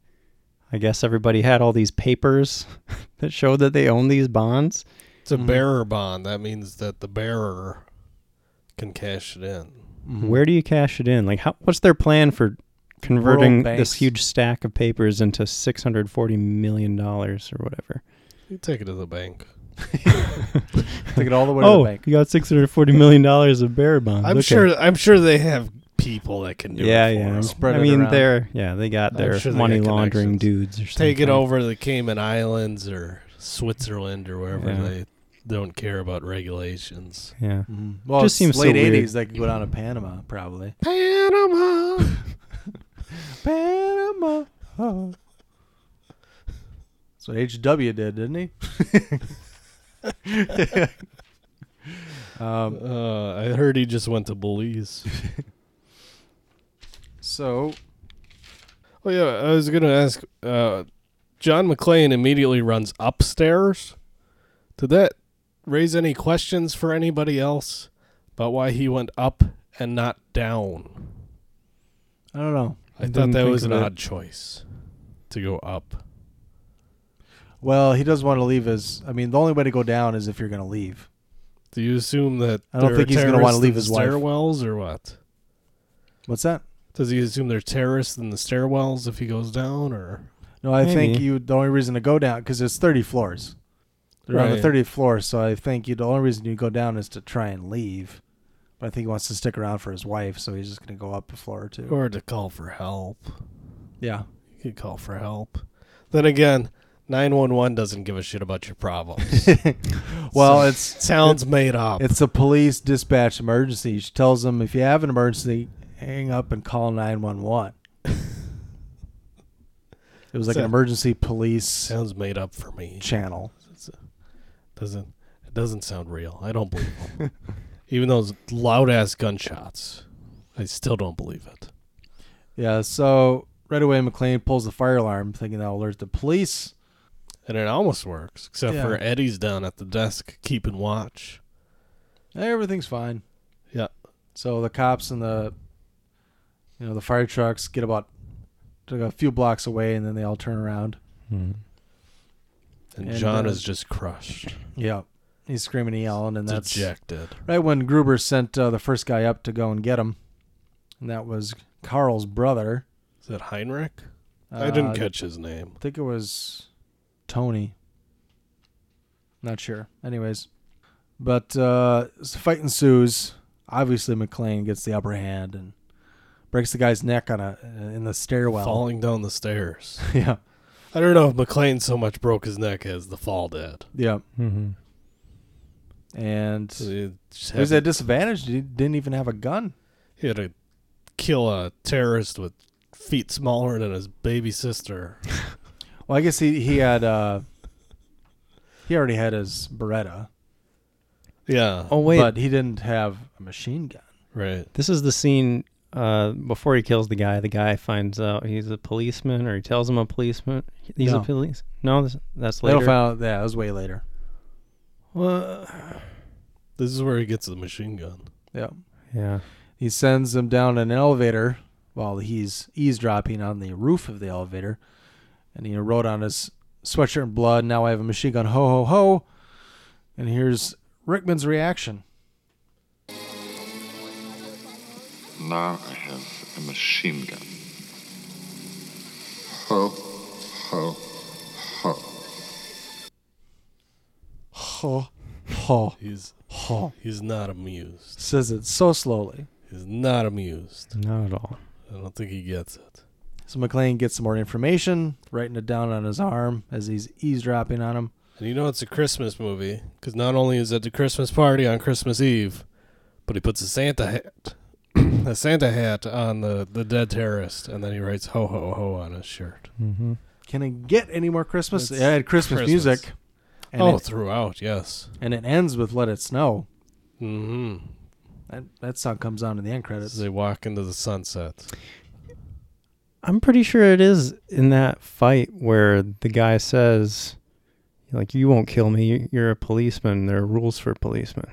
I guess everybody had all these papers that showed that they owned these bonds. It's a bearer bond. That means that the bearer can cash it in. Where do you cash it in? Like, how, what's their plan for converting this banks. huge stack of papers into six hundred forty million dollars or whatever? You take it to the bank. Take it all the way to oh, the bank. you got six hundred forty million dollars of bearer bonds. I'm Okay. sure. I'm sure they have people that can do Yeah, it. for yeah. them. Spread I it mean, around. they're- yeah, they got I'm their they money got laundering connections. dudes or Take it something. over to the Cayman Islands or Switzerland or wherever Yeah. they don't care about regulations. Yeah. Well, Just it's seems so late weird. 80s, they could go down to Panama, probably. Panama. Panama. That's what HW did, didn't he? um, uh, I heard he just went to Belize. so, Oh yeah, I was gonna ask. Uh, John McClane immediately runs upstairs. Did that raise any questions for anybody else about why he went up and not down? I don't know. I didn't thought that think was an of it. odd choice to go up. Well, he does want to leave his. I mean, the only way to go down is if you're going to leave. Do you assume that I don't there think are he's gonna wanna terrorists in leave the his wife. stairwells or what? What's that? Does he assume they're terrorists in the stairwells if he goes down or? No, I think Maybe. you. The only reason to go down because it's 30 floors. They're on the Right. 30th floor, so I think you. The only reason you go down is to try and leave. But I think he wants to stick around for his wife, so he's just going to go up a floor or two. Or to call for help. Yeah. You could call for help. Then again, 911 doesn't give a shit about your problems. Well, So- it's sounds made up. It's a police dispatch emergency. She tells them if you have an emergency, hang up and call nine one one. It was like an So- emergency police sounds made up for me. channel. It's- doesn't it doesn't sound real. I don't believe it. Even those loud ass gunshots, I still don't believe it. Yeah, so right away McLean pulls the fire alarm, thinking that'll alert the police. And it almost works, except Yeah. for Eddie's down at the desk keeping watch. Everything's fine. Yeah. So the cops and the you know, the fire trucks get about took a few blocks away and then they all turn around. And, And, John uh, is just crushed. Yeah. He's screaming and yelling, and that's Dejected. Right when Gruber sent uh, the first guy up to go and get him, and that was Carl's brother. Is that Heinrich? I didn't Uh, catch his name. I think it was Tony. Not sure. Anyways, but uh, so fight ensues. Obviously, McLean gets the upper hand and breaks the guy's neck on a uh, in the stairwell. Falling down the stairs. Yeah. I don't know if McLean so much broke his neck as the fall did. Yeah. Mm-hmm. And He just it was had- at a disadvantage. He didn't even have a gun. He had to kill a terrorist with feet smaller than his baby sister. Well, I guess he he had uh, he already had his Beretta. Yeah. Oh wait, But he didn't have a machine gun. Right. This is the scene uh, before he kills the guy. The guy finds out he's a policeman, or he tells him a policeman. He's No. a police. No, this, that's They later. don't find out. Yeah, that was way later. Well, This is where he gets the machine gun. Yeah. yeah. He sends them down an elevator while he's eavesdropping on the roof of the elevator. And he wrote on his sweatshirt in blood, Now I have a machine gun, ho, ho, ho. And here's Rickman's reaction. Now I have a machine gun. Ho, ho, ho. Huh. Huh. He's Huh. he's not amused. Says it so slowly. He's not amused. Not at all. I don't think he gets it. So McLean gets some more information, writing it down on his arm as he's eavesdropping on him. And you know it's a Christmas movie because not only is it the Christmas party on Christmas Eve, but he puts a Santa hat, a Santa hat on the the dead terrorist, and then he writes ho ho ho on his shirt. Mm-hmm. Can it get any more Christmas? It's Yeah, it had Christmas, Christmas. music. Oh, it- throughout, yes. And it ends with "Let It Snow." Mm-hmm. That that song comes on in the end credits. As they walk into the sunset. I'm pretty sure it is in that fight where the guy says, like, you won't kill me. you- You're a policeman. There are rules for policemen.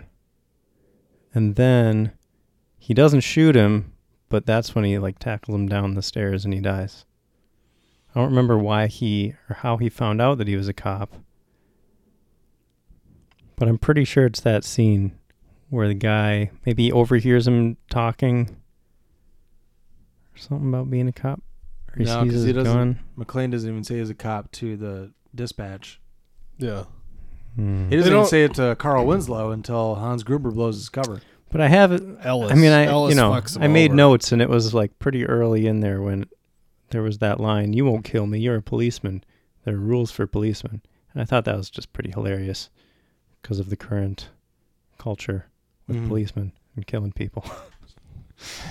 And then he doesn't shoot him, but that's when he, like, tackles him down the stairs and he dies. I don't remember why he or how he found out that he was a cop. But I'm pretty sure it's that scene where the guy maybe he overhears him talking or something about being a cop. Or he No, sees because he his doesn't. gun. McLean doesn't even say he's a cop to the dispatch. Yeah. Hmm. He doesn't They even don't- say it to Carl Winslow until Hans Gruber blows his cover. But I have Ellis. I mean, I Ellis you know, fucks him I made over. notes, and it was like pretty early in there when there was that line, "You won't kill me. You're a policeman. There are rules for policemen." And I thought that was just pretty hilarious because of the current culture with Mhm. policemen and killing people.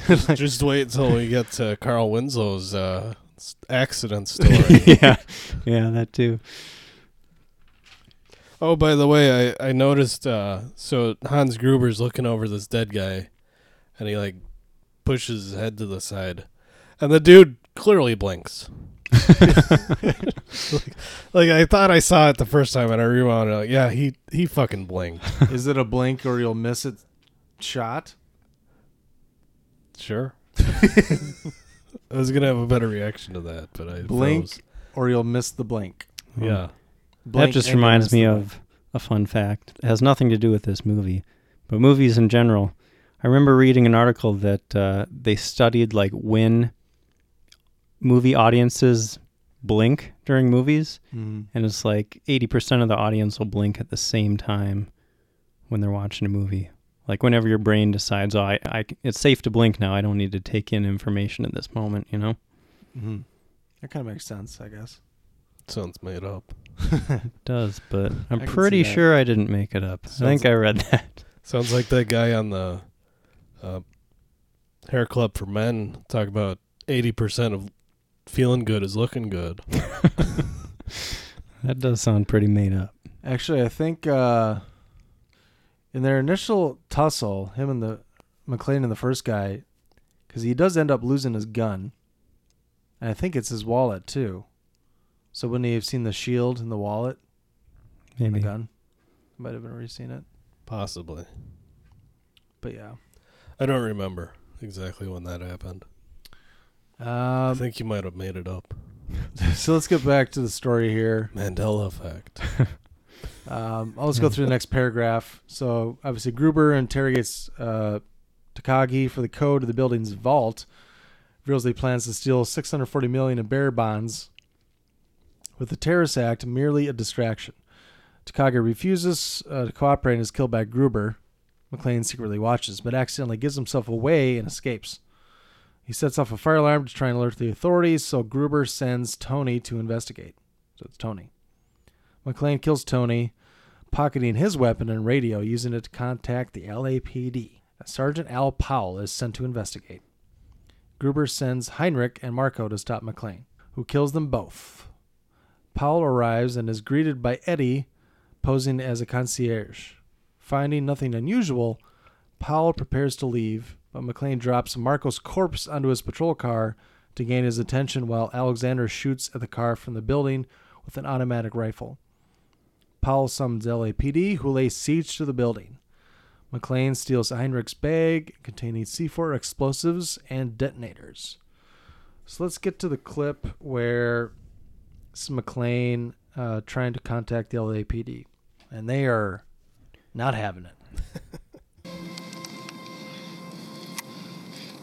Just, just wait until we get to Carl Winslow's uh, s- accident story. yeah, yeah, that too. Oh, by the way, I, I noticed. Uh, so Hans Gruber's looking over this dead guy, and he like pushes his head to the side, and the dude clearly blinks. like, like, I thought I saw it the first time, and I rewound it. Like, yeah, he he fucking blinked. Is it a blink or you'll miss it shot? Sure. I was gonna have a better reaction to that, but I Blink froze. or you'll miss the blink. Yeah. That just and you'll reminds miss the me blink. of a fun fact. It has nothing to do with this movie, but movies in general. I remember reading an article that uh, they studied like when movie audiences blink during movies, Mhm. and it's like eighty percent of the audience will blink at the same time when they're watching a movie. Like whenever your brain decides, oh, I, I, c- it's safe to blink now. I don't need to take in information at this moment. You know. Mhm. That kind of makes sense, I guess. Sounds made up. does, but I'm I can see pretty that. sure I didn't make it up. I think Sounds- I read that. Sounds like that guy on the uh, hair club for men talk about eighty percent of feeling good is looking good. That does sound pretty made up. Actually, I think uh, in their initial tussle, him and the McLean and the first guy, because he does end up losing his gun, and I think it's his wallet too. So wouldn't he have seen the shield and the wallet and the Maybe. gun? Might have already seen it, Possibly. but yeah. I don't remember exactly when that happened. I Um, think you might have made it up. so let's get back to the story here. Mandela effect. Um, I'll just go through the next paragraph. So obviously Gruber interrogates uh, Takagi for the code of the building's vault. Reveals that he plans to steal 640 million in bear bonds. With the terrorist act merely a distraction, Takagi refuses uh, to cooperate and is killed by Gruber. McLean secretly watches, but accidentally gives himself away and escapes. He sets off a fire alarm to try and alert the authorities, so Gruber sends Tony to investigate. So it's Tony. McLean kills Tony, pocketing his weapon and radio, using it to contact the LAPD. Sergeant Al Powell is sent to investigate. Gruber sends Heinrich and Marco to stop McLean, who kills them both. Powell arrives and is greeted by Eddie, posing as a concierge. Finding nothing unusual, Powell prepares to leave, but McLean drops Marco's corpse onto his patrol car to gain his attention while Alexander shoots at the car from the building with an automatic rifle. Powell summons LAPD, who lay siege to the building. McLean steals Heinrich's bag containing C4 explosives and detonators. So let's get to the clip where it's McLean uh, trying to contact the LAPD, and they are not having it.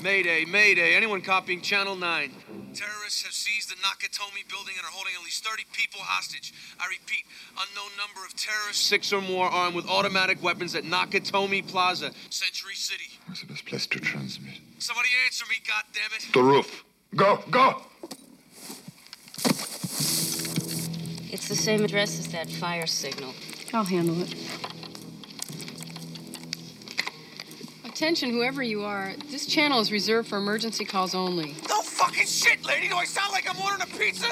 Mayday, mayday. Anyone copying Channel 9? Terrorists have seized the Nakatomi building and are holding at least 30 people hostage. I repeat, unknown number of terrorists, six or more, armed with automatic weapons at Nakatomi Plaza, Century City. It's the best place to transmit. Somebody answer me, goddammit. The roof. Go, go! It's the same address as that fire signal. I'll handle it. Attention, whoever you are, this channel is reserved for emergency calls only. No fucking shit, lady! Do I sound like I'm ordering a pizza?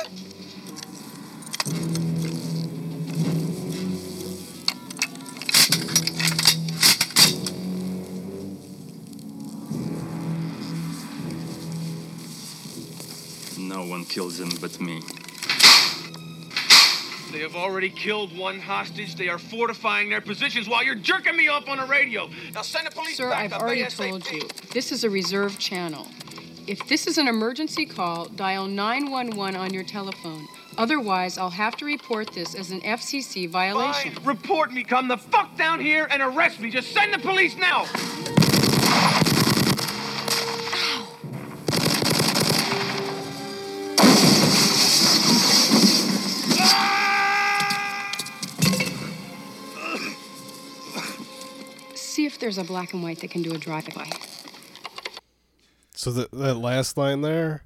No one kills him but me. They have already killed one hostage. They are fortifying their positions while you're jerking me off on the radio. Now send the police Sir, back I've up already ASAP. told you. This is a reserve channel. If this is an emergency call, dial 911 on your telephone. Otherwise, I'll have to report this as an FCC violation. Fine, report me. Come the fuck down here and arrest me. Just send the police now. See if there's a black and white that can do a drive-by. So that that last line there,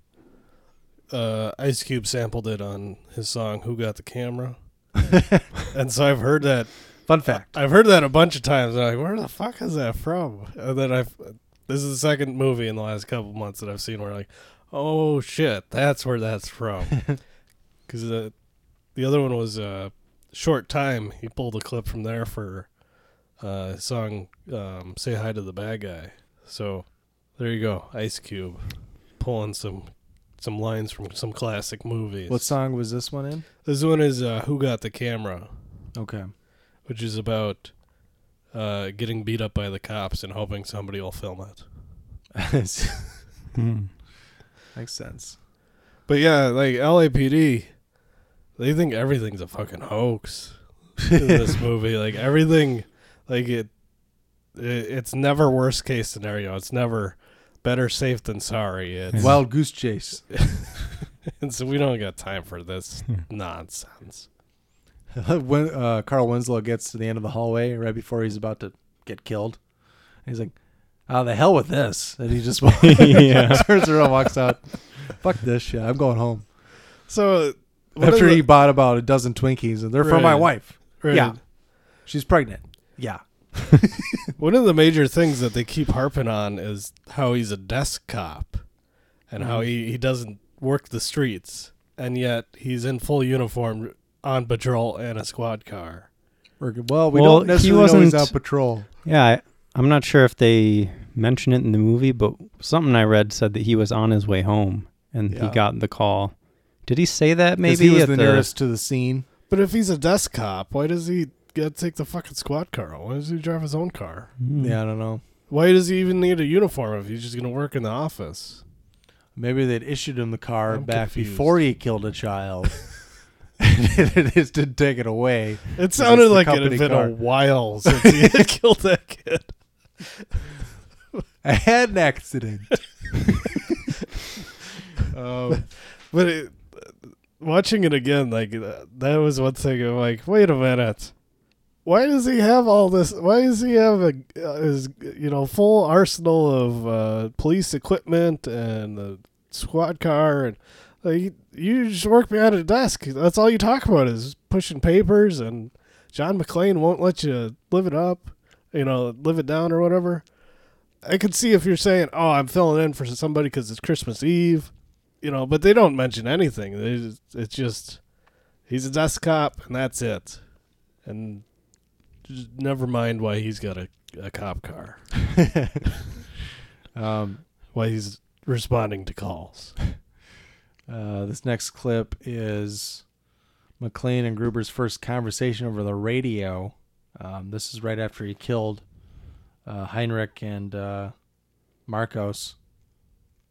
uh, Ice Cube sampled it on his song "Who Got the Camera," and so I've heard that. Fun fact: I've heard that a bunch of times. and I'm like, where the fuck is that from? And then I've this is the second movie in the last couple months that I've seen where like, oh shit, that's where that's from. Because the the other one was uh, short time. He pulled a clip from there for uh, his song um, "Say Hi to the Bad Guy." So there you go, Ice Cube pulling some some lines from some classic movies. What song was this one in? This one is uh, "Who Got the Camera," Okay. which is about uh, getting beat up by the cops and hoping somebody will film it. Makes sense. But yeah, like LAPD, they think everything's a fucking hoax in this movie. Like everything, like it, it, it's never worst case scenario. It's never better safe than sorry. It's Wild goose chase. and so we don't got time for this nonsense. when uh, Carl Winslow gets to the end of the hallway right before he's about to get killed, he's like, "Oh, the hell with this!" And he just Yeah. turns around, and walks out. Fuck this shit. I'm going home. So what after is he the- bought about a dozen Twinkies, and they're for my Right. wife. Right. Yeah, she's pregnant. Yeah, One of the major things that they keep harping on is how he's a desk cop and how Mm-hmm. he, he doesn't work the streets, and yet he's in full uniform on patrol and a squad car. Well, we don't necessarily know he's out patrol. Yeah, I, I'm not sure if they mention it in the movie, but something I read said that he was on his way home and he Yeah. got the call. Did he say that? Maybe he was at the nearest to the scene. But if he's a desk cop, why does he gotta take the fucking squad car? Why does he drive his own car? Hmm, Mm-hmm. Yeah, I don't know. Why does he even need a uniform if he's just gonna work in the office? Maybe they'd issued him the car I'm back confused. before he killed a child. it just didn't take it away. It It's sounded the like it company had been car. a while since he had killed that kid. I had an accident. um, but it, watching it again, like that, that was one thing. I'm like, wait a minute, why does he have all this? Why does he have a uh, his you know full arsenal of uh, police equipment and the squad car and like you, you just work behind a desk. That's all you talk about is pushing papers and John McClane won't let you live it up, you know, live it down or whatever. I could see if you're saying, "Oh, I'm filling in for somebody because it's Christmas Eve," you know, but they don't mention anything. They just, it's just he's a desk cop and that's it, and just never mind why he's got a, a cop car. um, why he's responding to calls. Uh, this next clip is McLean and Gruber's first conversation over the radio. Um, this is right after he killed uh, Heinrich and uh, Marcos.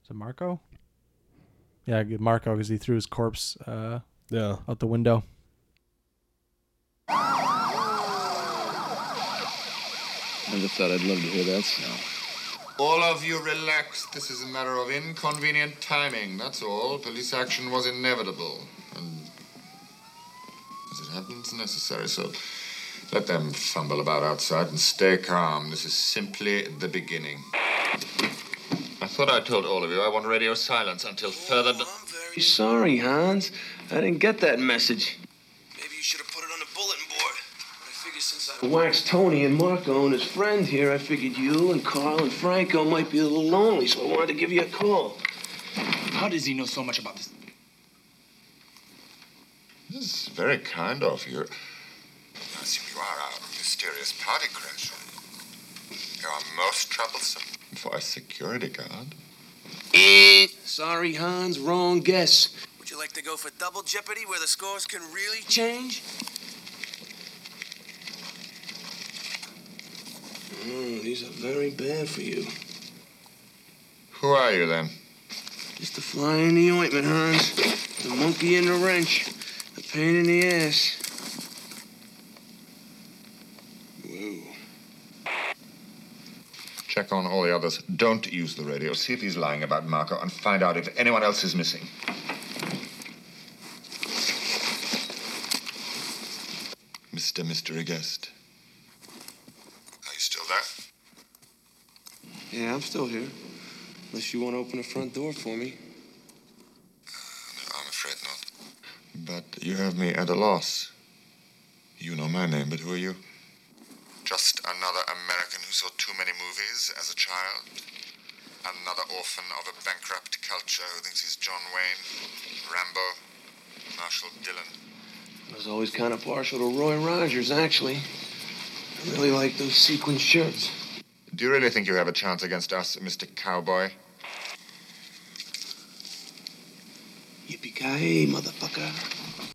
Is it Marco? Yeah, Marco, because he threw his corpse uh, yeah. out the window. Never thought I'd love to hear that sound. All of you relax. This is a matter of inconvenient timing, that's all. Police action was inevitable. And as it happens, necessary, so let them fumble about outside and stay calm. This is simply the beginning. I thought I told all of you I want radio silence until further. no- Very sorry, Hans. I didn't get that message. I waxed Tony and Marco and his friend here. I figured you and Carl and Franco might be a little lonely, so I wanted to give you a call. How does he know so much about this? This is very kind of you. I assume you are our mysterious party crasher. You are most troublesome. For a security guard? Sorry, Hans, wrong guess. Would you like to go for double jeopardy where the scores can really change? Mm, these are very bad for you. Who are you then? Just a fly in the ointment, Hans. The monkey in the wrench. The pain in the ass. Whoa. Check on all the others. Don't use the radio. See if he's lying about Marco and find out if anyone else is missing. Mr. Mystery Guest. Are you still there? Yeah, I'm still here. Unless you want to open the front door for me. I'm afraid not. But you have me at a loss. You know my name, but who are you? Just another American who saw too many movies as a child. Another orphan of a bankrupt culture who thinks he's John Wayne, Rambo, Marshall Dillon. I was always kind of partial to Roy Rogers, actually. I really like those sequin shirts. Do you really think you have a chance against us, Mr. Cowboy? Yippee-ki-yay, motherfucker.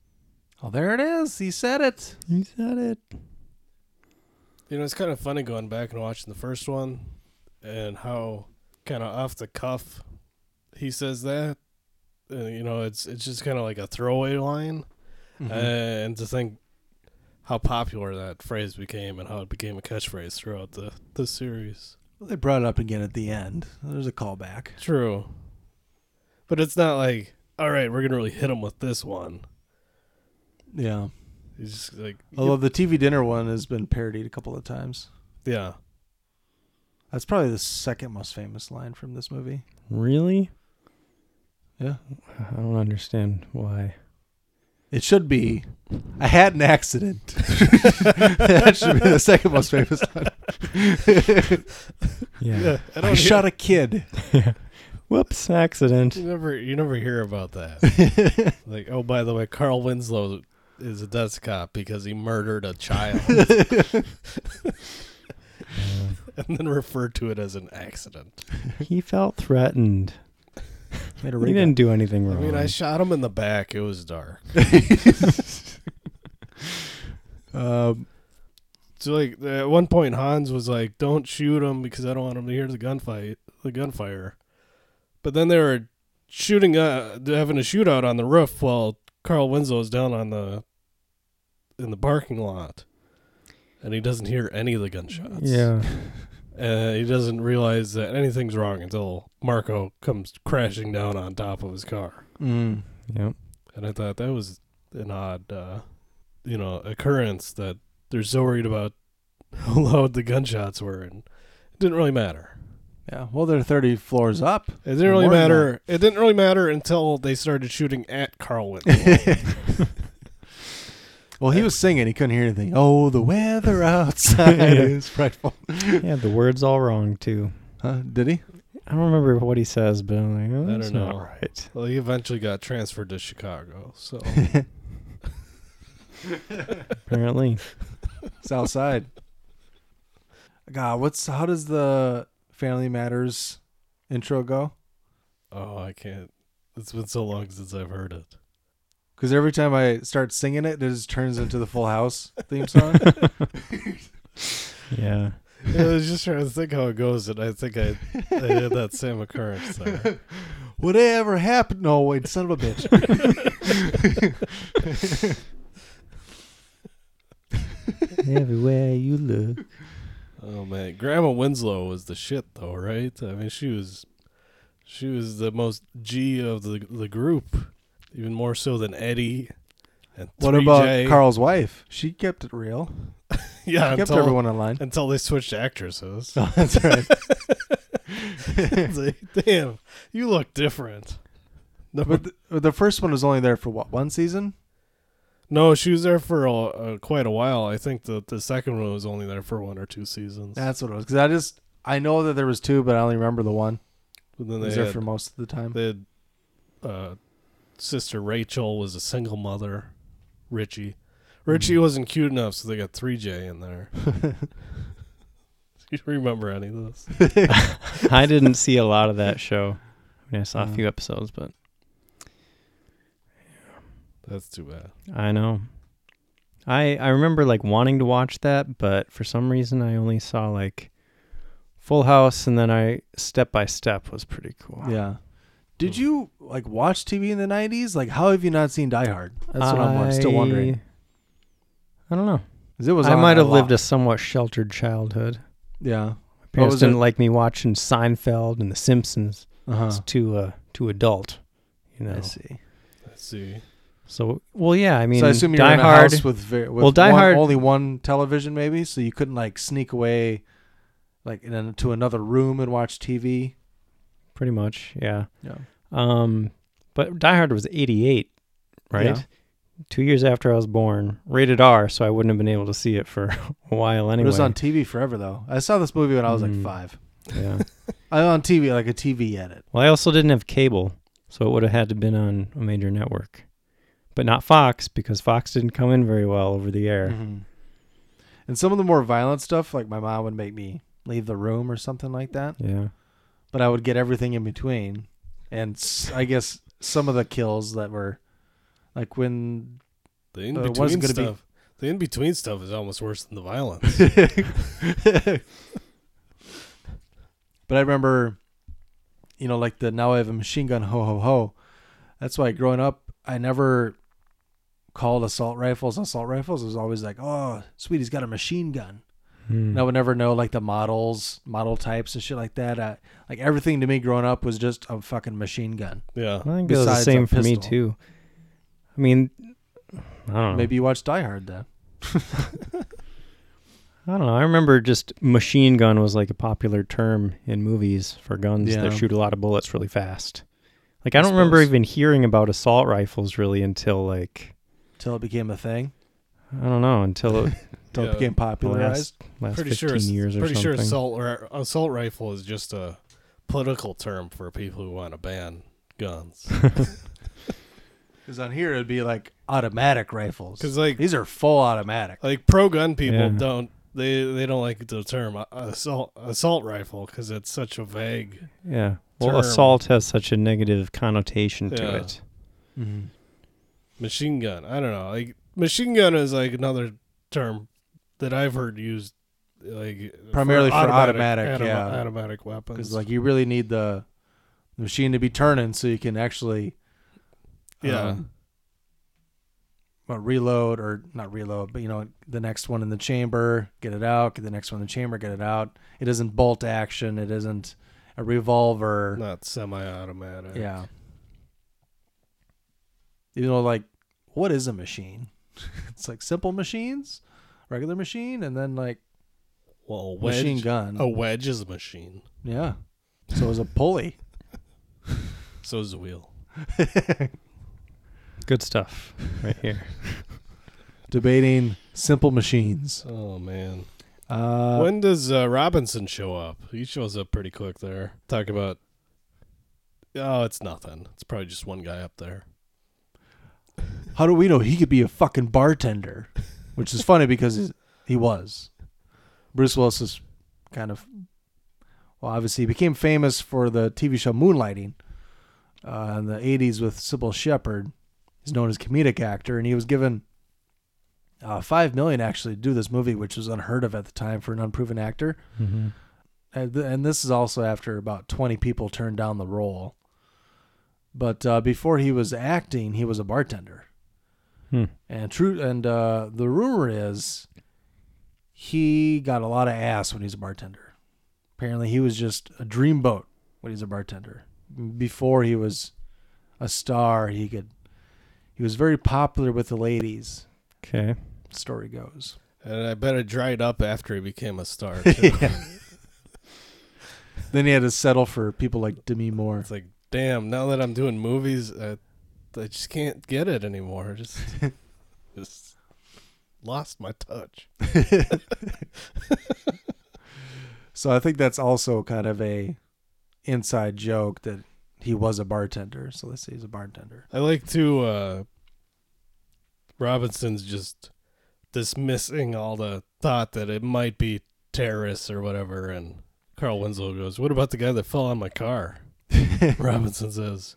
Oh, there it is. He said it. He said it. You know, it's kind of funny going back and watching the first one and how kind of off the cuff he says that. Uh, you know, it's it's just kind of like a throwaway line. Mhm. Uh, and to think how popular that phrase became and how it became a catchphrase throughout the, the series. Well, they brought it up again at the end. There's a callback. True. But it's not like, all right, we're going to really hit him with this one. Yeah. It's just like, Although the TV dinner one has been parodied a couple of times. yeah. That's probably the second most famous line from this movie. Really? Yeah. I don't understand why. It should be. I had an accident. that should be the second most famous one. Yeah. Yeah, I I, don't shot hear- a kid. Whoops, accident. You never, you never hear about that. like, oh, by the way, Carl Winslow is a death cop because he murdered a child, and then referred to it as an accident. He felt threatened. Made he didn't do anything I wrong. mean, I shot him in the back. It was dark. um, so, like, at one point, Hans was like, "Don't shoot him because I don't want him to hear the gunfight, the gunfire." But then they were shooting, uh, having a shootout on the roof while Carl Winslow is down on the in the parking lot, and he doesn't hear any of the gunshots. Yeah. Uh, he doesn't realize that anything's wrong until Marco comes crashing down on top of his car. Mm. Yep. And I thought that was an odd, uh, you know, occurrence that they're so worried about how loud the gunshots were, and it didn't really matter. Yeah. Well, they're 30 floors up. It didn't really matter. It didn't really matter until they started shooting at Carl Winslow. Well, he was singing. He couldn't hear anything. Oh, the weather outside is frightful. yeah, the words all wrong too. Huh? Did he? I don't remember what he says, but I'm like, oh, I that's don't know. not right. Well, he eventually got transferred to Chicago, so Apparently, It's outside. God, what's how does the Family Matters intro go? oh, I can't. It's been so long since I've heard it. Because every time I start singing it, it just turns into the Full House theme song. yeah. Yeah, I was just trying to think how it goes, and I think I, I had that same occurrence there. Whatever happened? No, wait, son of a bitch. Everywhere you look. Oh man, Grandma Winslow was the shit though, right? I mean, she was she was the most G of the the group, even more so than Eddie. And What about 3J. Carl's wife? She kept it real. Yeah, She kept until- everyone in line. until they switched actresses. Oh, that's right. It's like, Damn, you look different. No, But the, but the first one was only there for what one season? no, she was there for a, uh, quite a while. I think the the second one was only there for one or two seasons. That's what it was. Because I just I know that there was two, but I only remember the one. But then It they was there had- for most of the time. They had, uh, sister Rachel was a single mother. Richie, Richie wasn't cute enough, so they got three J in there. Do you remember any of this? I didn't see a lot of that show. I, mean, I saw a few episodes, but That's too bad. I know. I I remember like wanting to watch that, but for some reason I only saw like Full House, and then I Step by Step was pretty cool. Yeah. Did you like watch TV in the '90s? Like, how have you not seen Die Hard? That's what I'm still wondering. I don't know. 'Cause It was I on might a have lived lot. a somewhat sheltered childhood. Yeah. My What parents was didn't it? like me watching Seinfeld and The Simpsons. Uh-huh. It's too uh, too adult, you know. I see. Let's see. So well, yeah. I mean, so I assume you're Die in a Hard house with, ver- with well, Die one- Hard. only one television, maybe, so you couldn't like sneak away, like in an to another room and watch TV. pretty much yeah Yeah. um but die hard was 88 right Yeah. two years after i was born rated r so i wouldn't have been able to see it for a while But anyway It was on TV forever though. I saw this movie when I was Mm. like five. yeah I on TV like a TV edit. well i also didn't have cable so it would have had to been on a major network but not fox because fox didn't come in very well over the air Mhm. And some of the more violent stuff, like my mom would make me leave the room or something like that. Yeah. But I would get everything in between, and s- I guess some of the kills that were, like when The in uh, between wasn't gonna be- stuff. The in between stuff is almost worse than the violence. But I remember, you know, like the now I have a machine gun, ho ho ho. That's why growing up, I never called assault rifles assault rifles. It was always like, oh, sweetie's got a machine gun. Hmm. And I would never know like the models, model types, and shit like that. I, like everything to me growing up was just a fucking machine gun. Yeah, i think it was the Besides a same for me pistol. too i mean i Oh. don't know Maybe you watched Die Hard then. I don't know. I remember just machine gun was like a popular term in movies for guns Yeah. that shoot a lot of bullets really fast. Like I, don't I remember suppose. even hearing about assault rifles really until like Until it became a thing. I don't know until it, Until it became popularized. Last, last pretty fifteen sure, years or pretty something. sure assault ri- assault rifle is just a political term for people who want to ban guns. Because on here it'd be like automatic rifles. 'Cause, like- these are full automatic. like pro gun people Yeah. don't they they don't like the term uh, assault assault rifle because it's such a vague. yeah. Well, term. assault has such a negative connotation to Yeah. it. machine gun. I don't know. Like machine gun is like another term that I've heard used like primarily for automatic, autom- yeah, automatic weapons. Because like you really need the the machine to be turning so you can actually, Yeah. um, well, reload or not reload, but you know the next one in the chamber, get it out. Get the next one in the chamber, get it out. It isn't bolt action. It isn't a revolver. not semi-automatic. Yeah. You know, like what is a machine? it's like simple machines, regular machine, and then like Well, a wedge, machine gun. A wedge is a machine. Yeah. So it was a pulley. So is a wheel. Good stuff right here. Debating simple machines. Oh man. Uh, when does uh, Robinson show up? He shows up pretty quick there. Talk about. Oh, it's nothing. It's probably just one guy up there. How do we know he could be a fucking bartender? Which is funny because he's- he was. Bruce Willis is kind of well, obviously he became famous for the TV show Moonlighting uh, in the '80s with Sybil Shepherd. He's known as comedic actor, and he was given uh, five million actually to do this movie, which was unheard of at the time for an unproven actor. Mhm. And, th- and this is also after about 20 people turned down the role. But uh, before he was acting, he was a bartender. Hmm. And true, and uh, the rumor is he got a lot of ass when he was a bartender. Apparently, he was just a dreamboat when he was a bartender. Before he was a star, he could. He was very popular with the ladies. Okay. Story goes. And I bet it dried up after he became a star. too. Then he had to settle for people like Demi Moore. It's like Damn! Now that I'm doing movies, I, I just can't get it anymore. Just, just lost my touch. So I think that's also kind of a inside joke that he was a bartender. So let's say he's a bartender. I like to uh Robinson's just dismissing all the thought that it might be terrorists or whatever and Carl Winslow goes, What about the guy that fell on my car? Robinson says,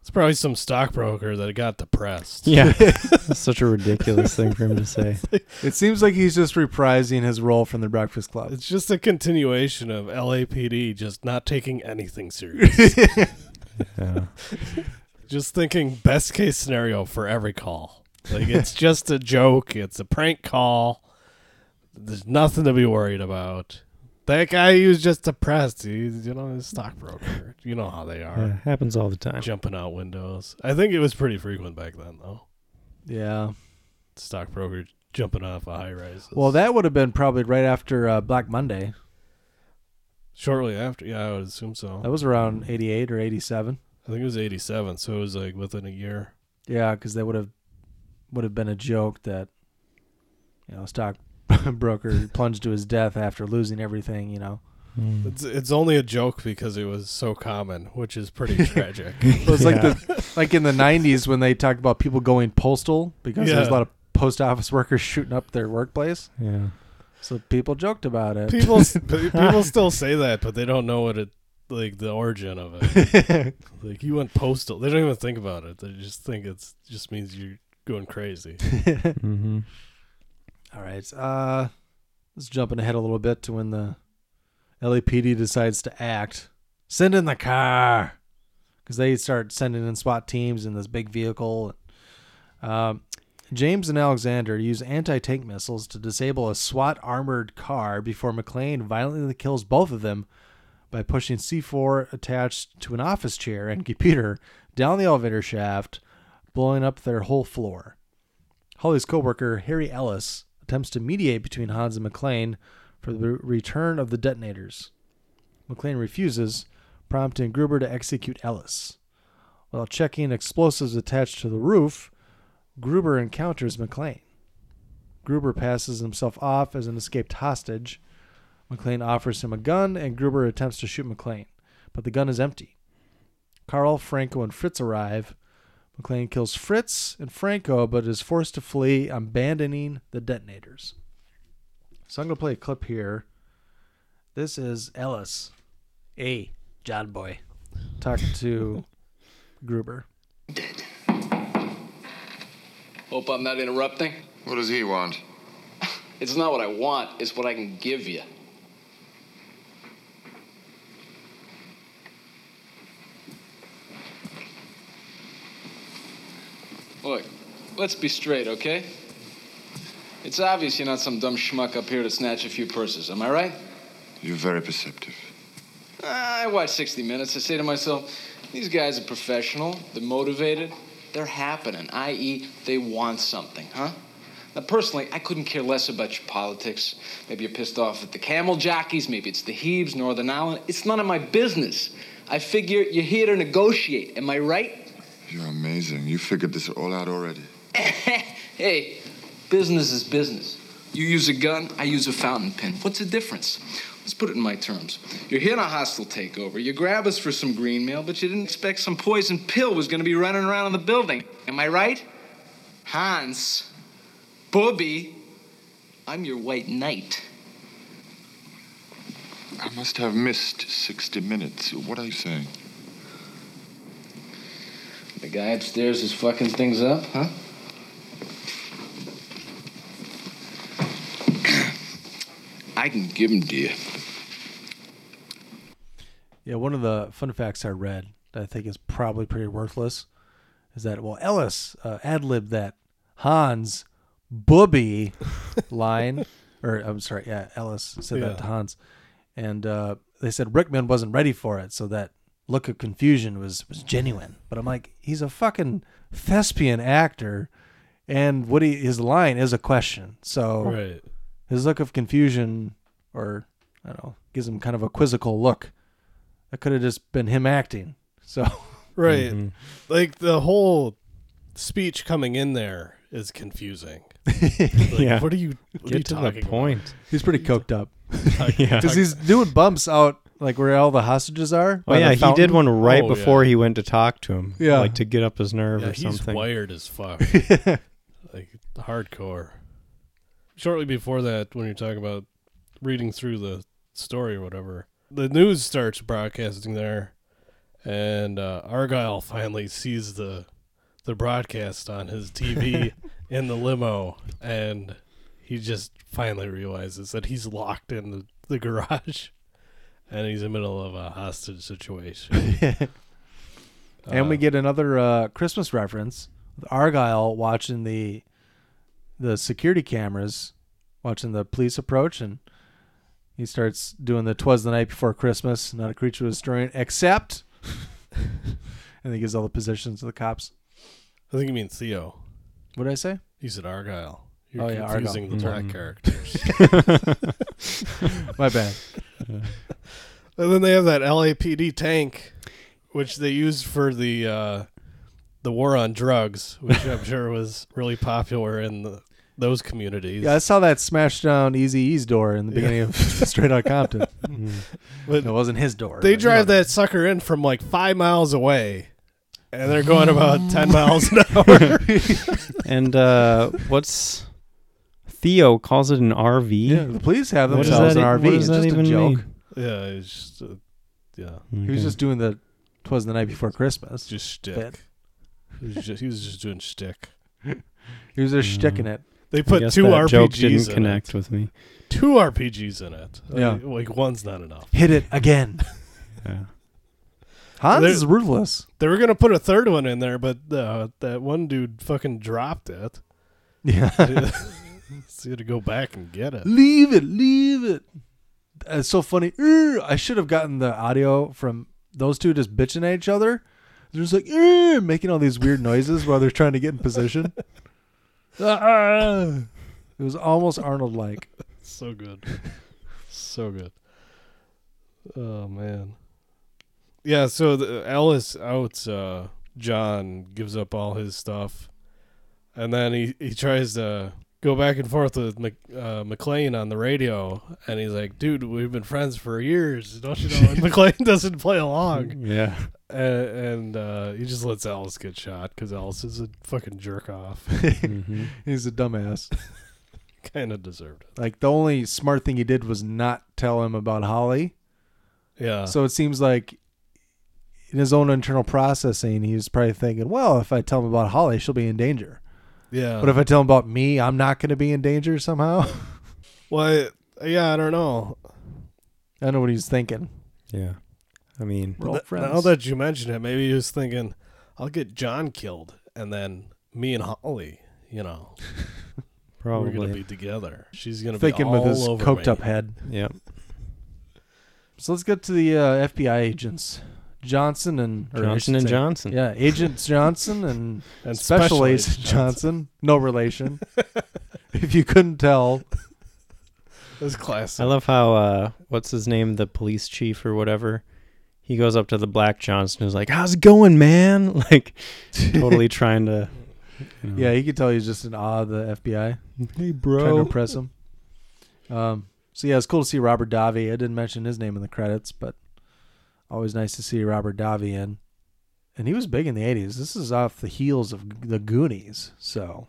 It's probably some stockbroker that got depressed. Yeah. That's such a ridiculous thing for him to say. It seems like he's just reprising his role from The Breakfast Club. It's just a continuation of LAPD just not taking anything serious. Just thinking best case scenario for every call. Like it's just a joke, it's a prank call. There's nothing to be worried about. That guy he was just depressed. He's you know, he's a stockbroker. You know how they are. Yeah, happens all the time. Jumping out windows. I think it was pretty frequent back then though. Yeah. Stockbroker jumping off a high rise. Well, that would have been probably right after uh, Black Monday. Shortly after, yeah, I would assume so. That was around 88 or 87. I think it was 87, so it was like within a year. Yeah, because that would have would have been a joke that you know stockbroker plunged to his death after losing everything. You know, It's, it's only a joke because it was so common, which is pretty tragic. it was like the like in the 90s when they talked about people going postal because there's a Yeah. lot of post office workers shooting up their workplace. Yeah. So people joked about it. people s- p- people still say that, but they don't know what it like the origin of it. like you went postal, they don't even think about it. They just think it's just means you're going crazy. Mm-hmm. All right. Uh, let's jumping ahead a little bit to when the LAPD decides to act. Send in the car because they start sending in SWAT teams in this big vehicle. Um, James and Alexander use anti tank missiles to disable a SWAT armored car before McLean violently kills both of them by pushing C4 attached to an office chair and computer down the elevator shaft, blowing up their whole floor. Holly's coworker Harry Ellis attempts to mediate between Hans and McLean for the re- return of the detonators. McLean refuses, prompting Gruber to execute Ellis. While checking explosives attached to the roof, Gruber encounters McLean. Gruber passes himself off as an escaped hostage. McLean offers him a gun, and Gruber attempts to shoot McLean, but the gun is empty. Carl, Franco, and Fritz arrive. McLean kills Fritz and Franco, but is forced to flee, abandoning the detonators. So I'm going to play a clip here. This is Ellis, a John Boy, talking to Gruber. Hope I'm not interrupting. What does he want? It's not what I want, it's what I can give you. Look, let's be straight, okay? It's obvious you're not some dumb schmuck up here to snatch a few purses, am I right? You're very perceptive. Ah, I watch 60 Minutes. I say to myself, these guys are professional, they're motivated, they're happening, i.e., they want something, huh? Now, personally, I couldn't care less about your politics. Maybe you're pissed off at the camel jockeys, maybe it's the Hebes, Northern Ireland. It's none of my business. I figure you're here to negotiate, am I right? You're amazing. You figured this all out already. hey, business is business. You use a gun, I use a fountain pen. What's the difference? Let's put it in my terms. You're here in a hostile takeover. You grab us for some green meal, but you didn't expect some poison pill was going to be running around in the building. Am I right? Hans, Booby, I'm your white knight. I must have missed 60 minutes. What are you saying? The guy upstairs is fucking things up, huh? I can give him to you. Yeah, one of the fun facts I read that I think is probably pretty worthless is that, well, Ellis uh, ad libbed that Hans Booby line, or I'm sorry, yeah, Ellis said Yeah. that to Hans, and uh, they said Rickman wasn't ready for it, so that look of confusion was was genuine. But I'm like, he's a fucking thespian actor, and what he his line is a question, so Right. his look of confusion or I don't know gives him kind of a quizzical look. That could have just been him acting. So Right. Mm-hmm. Like the whole speech coming in there is confusing. Like, Yeah. What are you what are you Get to the talking about? point. He's pretty coked up. Yeah. Because he's doing bumps out like where all the hostages are. Oh by yeah, the he did fountain. one right Oh, yeah. before he went to talk to him. Yeah. like to get up his nerve Yeah, or he's something. wired as fuck. like hardcore. Shortly before that, when you're talking about reading through the story or whatever, the news starts broadcasting there, and uh, Argyle finally sees the the broadcast on his TV in the limo, and he just finally realizes that he's locked in the, the garage, and he's in the middle of a hostage situation. and we get another uh, Christmas reference with Argyle watching the the security cameras, watching the police approach, and he starts doing the "Twas the night before Christmas, not a creature was stirring except," and he gives all the positions to the cops. I think you mean Theo. What did I say? You said Argyle. You're Oh, yeah, confusing Mm-hmm. the Argyle. black Mm. characters. My bad. And then they have that LAPD tank, which they used for the uh, the war on drugs, which I'm sure was really popular in the, those communities. Yeah, I saw that smash down Easy E's door in the beginning of Straight Outta Compton. Mm-hmm. But it wasn't his door. They but, you know, drive that sucker in from like five miles away, and they're going about ten miles an hour. and uh, what's Theo calls it an RV? Yeah, the police have What does themselves that- e- an RV. what does It's that just a even joke. mean? yeah, it's just uh, yeah. Mm-hmm. He was just doing the "Twas the night before Christmas." Just bit. shtick. He was just, he was just doing shtick. He was Mm. just shticking it. They I put guess two that RPGs joke didn't in connect it. with me. Two RPGs in it. Yeah. Like, like, one's not enough. Hit it again. yeah. Hans They're- is ruthless. They were gonna put a third one in there, but uh, that one dude fucking dropped it. Yeah. so you had to go back and get it. Leave it. Leave it. It's so funny. Er, I should have gotten the audio from those two just bitching at each other. They're just like er, making all these weird noises while they're trying to get in position. Ah. it was almost Arnold-like. So good. so good. Oh man. Yeah, so the, Ellis outs uh, John, gives up all his stuff, and then he, he tries to go back and forth with Mc, uh, McLean on the radio, and he's like, "Dude, we've been friends for years, don't you know?" And McLean doesn't play along. Yeah. A- and uh, he just lets Ellis get shot because Ellis is a fucking jerk off. He's a dumbass. kind of deserved it. Like the only smart thing he did was not tell him about Holly. Yeah. So it seems like in his own internal processing, he was probably thinking, well, if I tell him about Holly, she'll be in danger. Yeah. But if I tell him about me, I'm not going to be in danger somehow. Well, I- yeah, I don't know. I know what he's thinking. Yeah. I mean, We're all Th- friends. Now that you mention it, maybe he was thinking, "I'll get John killed, and then me and Holly, you know, we're gonna Probably. be together. She's gonna be thinking all with his over coked me. up head. Yep. So let's get to the uh, FBI agents. Johnson and or I Johnson should and say- Johnson. Yeah, Agent Johnson and, And Special, Special Agent Agent Johnson. No relation. if you couldn't tell. That's classic. I love how uh, what's his name, the police chief or whatever. He goes up to the Black Johnson who's like, "How's it going, man?" Like, totally trying to. you know. Yeah, he could tell he's just in awe of the FBI. Hey, Trying bro. to impress him. Um, so, yeah, it's cool to see Robert Davi. I didn't mention his name in the credits, but always nice to see Robert Davi in. And he was big in the 80s. This is off the heels of the Goonies. So.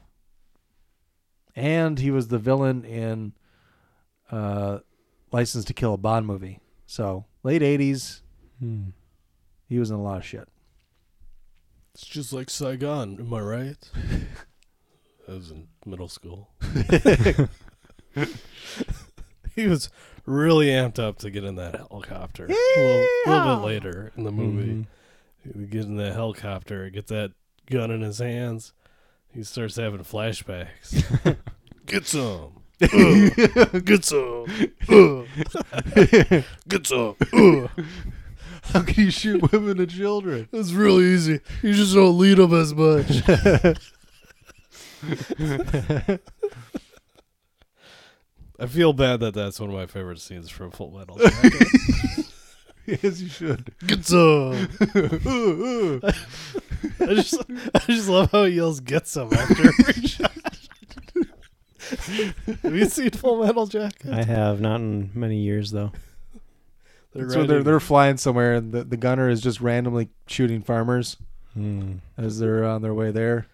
And he was the villain in uh, License to Kill a Bond movie. So, late 80s, Hmm. he was in a lot of shit. It's just like Saigon. Am I right? I was in middle school. he was really amped up to get in that helicopter. A little, little bit later in the movie, he would get in that helicopter, get that gun in his hands. He starts having flashbacks. get some. Good some. Good some. How can you shoot women and children? It's really easy. You just don't lead them as much. I feel bad that that's one of my favorite scenes from Full Metal. Jacket. yes, you should. Get some. Ooh, ooh. I just, I just love how he yells "get some" after every shot. Have you seen Full Metal Jacket? I have not in many years though. They're so they're, riding- they're flying somewhere, and the, the gunner is just randomly shooting farmers Hmm. as they're on their way there.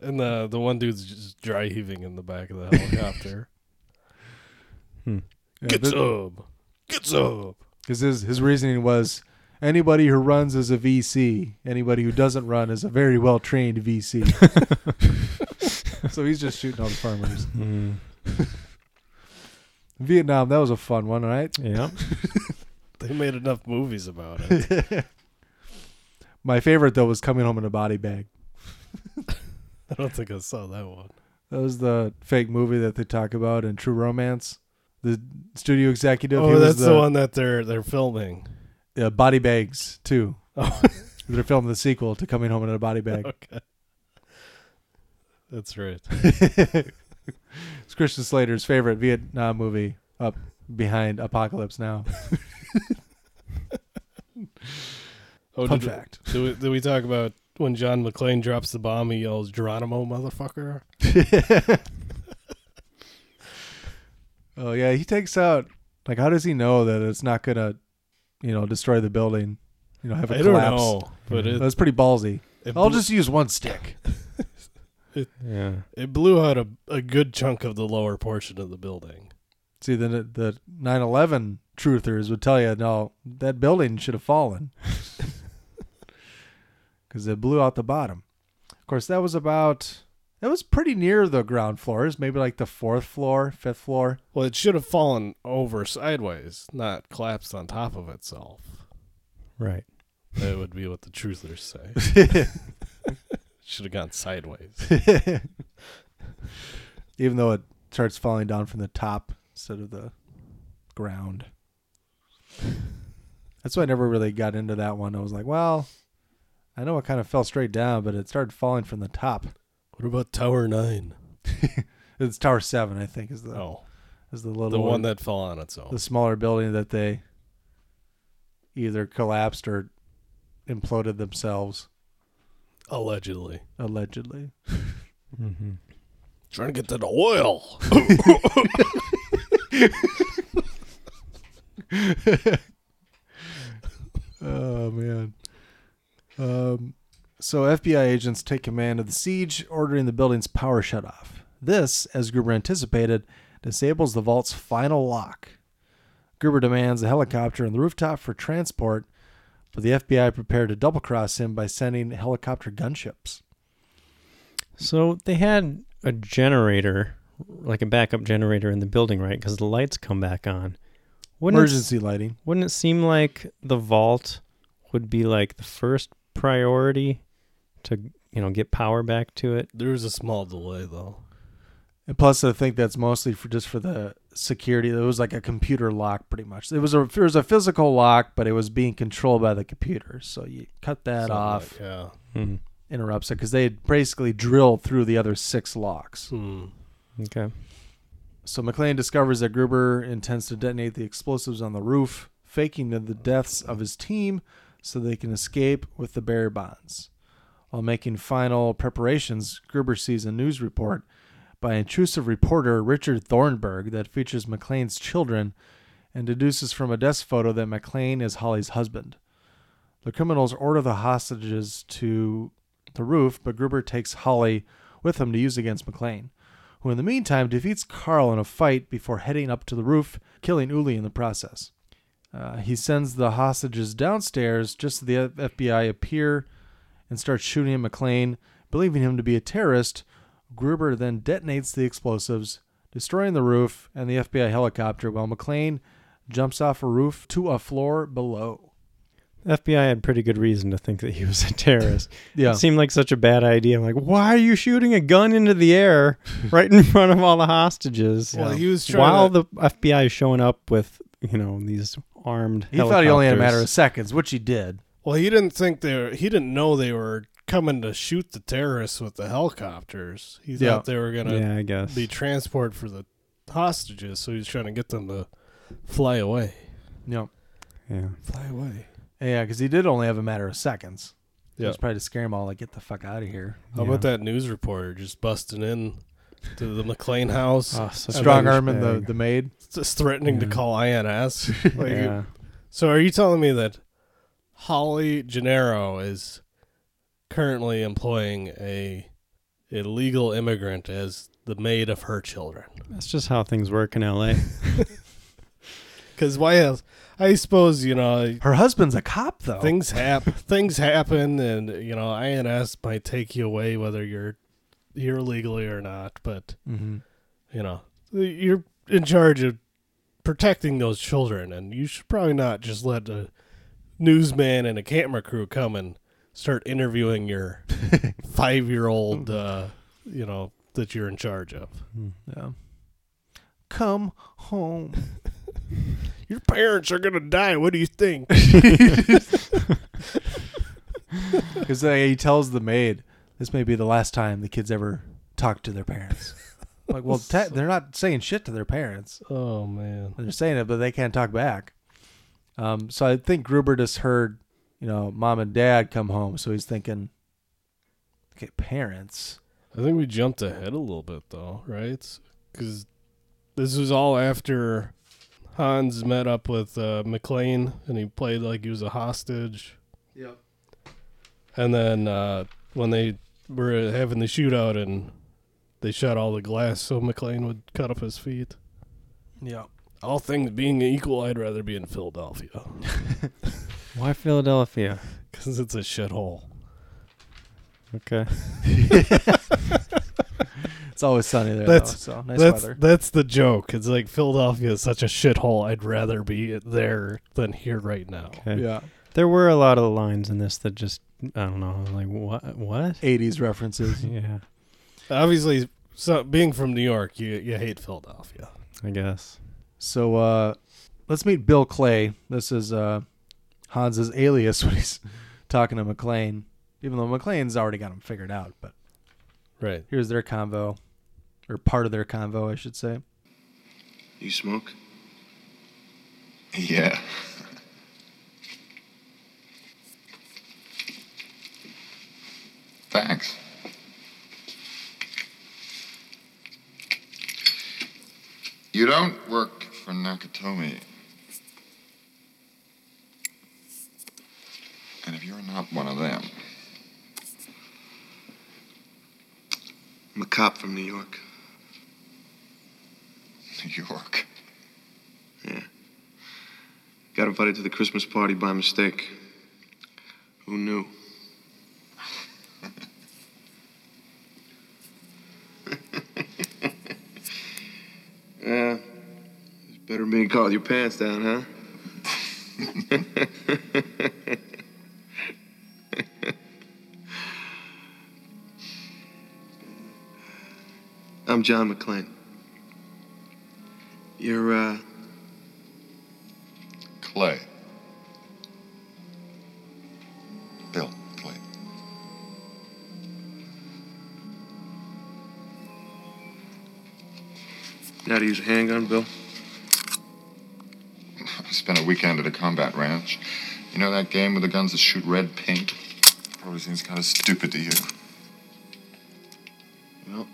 and the the one dude's just dry heaving in the back of the helicopter. Hmm. Get some. Get some. Because his, his reasoning was anybody who runs is a VC, anybody who doesn't run is a very well trained VC. so he's just shooting all the farmers. Hmm. Vietnam, that was a fun one, right? Yeah. They made enough movies about it. My favorite, though, was coming home in a body bag. I don't think I saw that one. That was the fake movie that they talk about in True Romance. The studio executive. he Oh, was that's the one that they're they're filming. Yeah, Uh, body bags too. Oh. They're filming the sequel to Coming Home in a Body Bag. Okay. That's right. It's Christian Slater's favorite Vietnam movie, up behind Apocalypse Now. Oh, Fun did, fact. Did we, did we talk about when John McClane drops the bomb? He yells, "Geronimo, motherfucker!" oh yeah, he takes out like how does he know that it's not gonna, you know, destroy the building? You know, have a I don't collapse. know, but it- that's pretty ballsy. it I'll blew- just use one stick. It, yeah. It blew out a, a good chunk of the lower portion of the building. See, the the 9/11 truthers would tell you, no, that building should have fallen because it blew out the bottom. Of course, that was about that was pretty near the ground floors, maybe like the fourth floor, fifth floor. Well, it should have fallen over sideways, not collapsed on top of itself. Right. That would be what the truthers say. should have gone sideways. Even though it starts falling down from the top instead of the ground. That's why I never really got into that one. I was like, well, I know it kind of fell straight down, but it started falling from the top. What about Tower Nine? it's Tower Seven, I think, is the is the little Oh. The one that fell on its own. the smaller building that they either collapsed or imploded themselves Allegedly. allegedly. Mm-hmm. Trying to get to the oil. Oh man. Um, so FBI agents take command of the siege, ordering the building's power shut off. This, as Gruber anticipated, disables the vault's final lock. Gruber demands a helicopter on the rooftop for transport, but the FBI prepare to double cross him by sending helicopter gunships. So they had a generator, like a backup generator in the building, right? Because the lights come back on. it s- Emergency lighting. Wouldn't it seem like the vault would be like the first priority to you know get power back to it? There was a small delay though. And plus, I think that's mostly for just for the security. It was like a computer lock, pretty much. It was a it was a physical lock, but it was being controlled by the computer. So you cut that Something off. like- yeah. Mhm. Interrupts it because they had basically drilled through the other six locks. Okay. So McLean discovers that Gruber intends to detonate the explosives on the roof, faking the deaths of his team so they can escape with the bearer bonds. While making final preparations, Gruber sees a news report by intrusive reporter Richard Thornburg that features McLean's children and deduces from a desk photo that McLean is Holly's husband. The criminals order the hostages to the roof, but Gruber takes Holly with him to use against McLean, who in the meantime defeats Carl in a fight before heading up to the roof, killing Uli in the process. Uh, he sends the hostages downstairs just as the F- FBI appear and start shooting at McLean, believing him to be a terrorist. Gruber then detonates the explosives, destroying the roof and the FBI helicopter, while McLean jumps off a roof to a floor below. FBI had pretty good reason to think that he was a terrorist. Yeah. It seemed like such a bad idea. I'm like, why are you shooting a gun into the air right in front of all the hostages? Well, he was trying while to- the FBI is showing up with, you know, these armed He thought he only had a helicopters. matter of seconds, which he did. Well, he didn't think they were, he didn't know they were coming to shoot the terrorists with the helicopters. He thought Yeah. they were going to Yeah, I guess. be transport for the hostages, so he was trying to get them to fly away. Yep. Yeah. Fly away. Yeah, because he did only have a matter of seconds. Yeah. Yeah. It's probably to scare him all, like, get the fuck out of here. How about that news reporter just busting in to the McLean house? Ah. Oh, such a Strong douchebag. arming the- the maid? Just threatening to Yeah. call INS. Like, Yeah. So are you telling me that Holly Gennaro is currently employing a illegal immigrant as the maid of her children? That's just how things work in LA. Because why else? I suppose you know her husband's a cop though. Things happen. things happen, and you know INS might take you away whether you're here illegally or not. But Mhm. you know you're in charge of protecting those children, and you should probably not just let a newsman and a camera crew come and start interviewing your five year old. Uh, you know that you're in charge of. Yeah. Come home. Your parents are gonna die. What do you think? Because he tells the maid, this may be the last time the kids ever talk to their parents. like, well, te- they're not saying shit to their parents. Oh, man. They're saying it, but they can't talk back. Um, so I think Gruber just heard, you know, mom and dad come home. So he's thinking, okay, parents. I think we jumped ahead a little bit though, right? Because this was all after Hans met up with uh, McLean and he played like he was a hostage. Yep. And then uh, when they were having the shootout and they shot all the glass so McLean would cut up his feet. Yeah. All things being equal, I'd rather be in Philadelphia Why Philadelphia? because it's a shithole. Okay. It's always sunny there, that's though. So nice that's, weather. That's the joke. It's like Philadelphia is such a shithole. I'd rather be there than here right now. Okay. There were a lot of lines in this that just I don't know. I was like, what? What? 80s references. yeah. Obviously, so being from New York, you you hate Philadelphia. I guess. So uh, let's meet Bill Clay. This is uh, Hans's alias when he's talking to McLean, even though McLean's already got him figured out. But right here's their convo, or part of their convo, I should say. You smoke? Yeah. Thanks. You don't work for Nakatomi. And if you're not one of them, I'm a cop from New York. New York. Yeah. Got invited to the Christmas party by mistake. Who knew? yeah. It's better than being caught with your pants down, huh? I'm John McClane. You're, uh, Clay. Bill Clay. know how to use a handgun, Bill? I spent a weekend at a combat ranch. You know that game with the guns that shoot red paint? Probably seems kind of stupid to you. Well,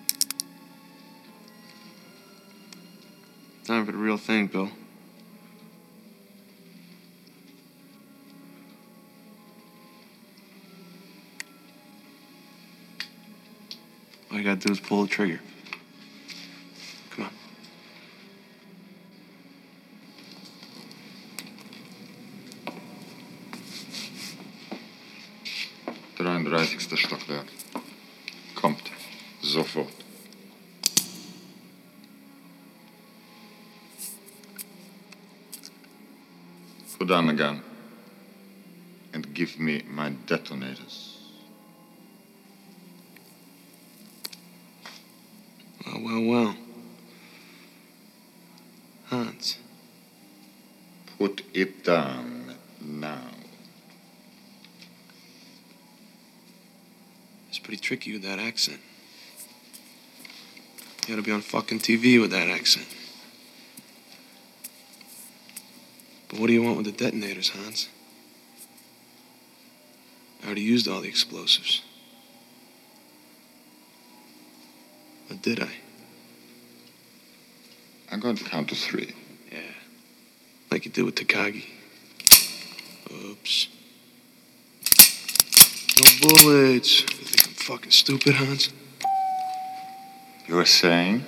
time for the real thing, Bill. All you gotta do is pull the trigger. Come on. Dreiunddreißigste Stockwerk. Kommt. Sofort. Put down the gun. give me my detonators. Well, Oh, well, well. Hans. Put it down now. It's pretty tricky with that accent. You ought to be on fucking TV with that accent. But what do you want with the detonators, Hans? I already used all the explosives. Or Oh, did I? I'm going to count to three. Yeah. Like you did with Takagi. Oops. No bullets. You think I'm fucking stupid, Hans? You were saying?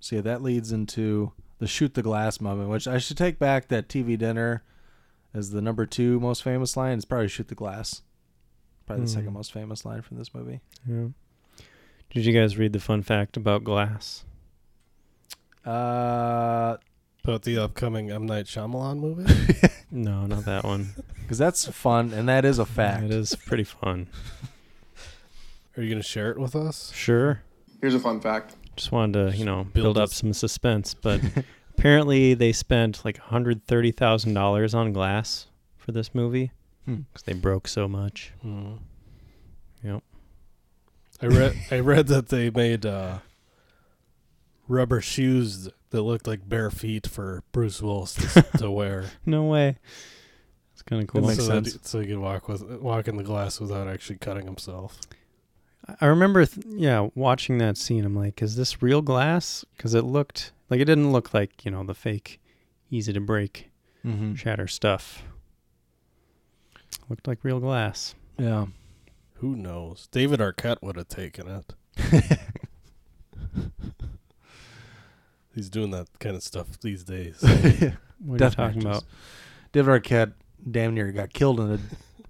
So yeah, that leads into the shoot the glass moment, which I should take back that TV dinner as the number two most famous line. It's probably shoot the glass. Probably the Hmm. second most famous line from this movie. Yeah. Did you guys read the fun fact about glass? Uh, about the upcoming M Night Shyamalan movie. No, not that one. Because that's fun, and that is a fact. It is pretty fun. Are you gonna share it with us? Sure. Here's a fun fact. Just wanted to, you know, build build up some suspense, but apparently they spent like $130,000 on glass for this movie Hmm. because they broke so much. Hmm. Yep. I read I read that they made uh, rubber shoes that looked like bare feet for Bruce Willis to, to wear. No way. It's kind of cool. so That, so he could walk with walk in the glass without actually cutting himself. I remember, th- yeah, watching that scene. I'm like, is this real glass? Because it looked like it didn't look like you know the fake, easy to break, Mhm. shatter stuff. Looked like real glass. Yeah. Who knows? David Arquette would have taken it. He's doing that kind of stuff these days. What are you Death talking matches. David Arquette damn near got killed in a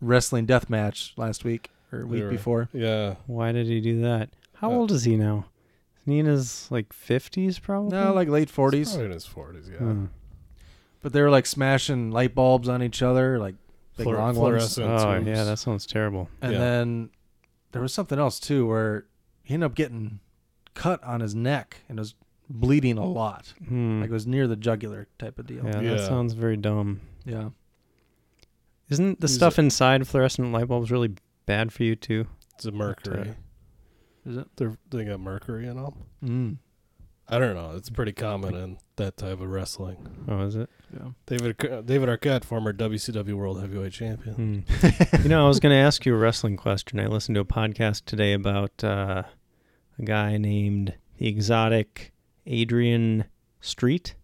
wrestling death match last week or week They were- before. Yeah. Why did he do that? Uh, How old is he now? Isn't he in his like 50s probably? No, like late forties. Probably in his 40s, yeah. Hmm. But they were like smashing light bulbs on each other, like big Fluor- long ones. fluorescent Oh tubes. yeah, that sounds terrible. And then there was something else too, where he ended up getting cut on his neck and was bleeding a lot. Hmm. Like it was near the jugular type of deal. Yeah, that sounds very dumb. Yeah. Isn't the Is stuff inside fluorescent light bulbs really bad for you too? It's a mercury. Is it? They're, they got mercury in them. Hmm. Mm. I don't know. It's pretty common in that type of wrestling. Oh, is it? Yeah. David Arqu- David Arquette, former WCW World Heavyweight Hmm. Champion. Hmm. you know, I was going to ask you a wrestling question. I listened to a podcast today about uh, a guy named the exotic Adrian Street.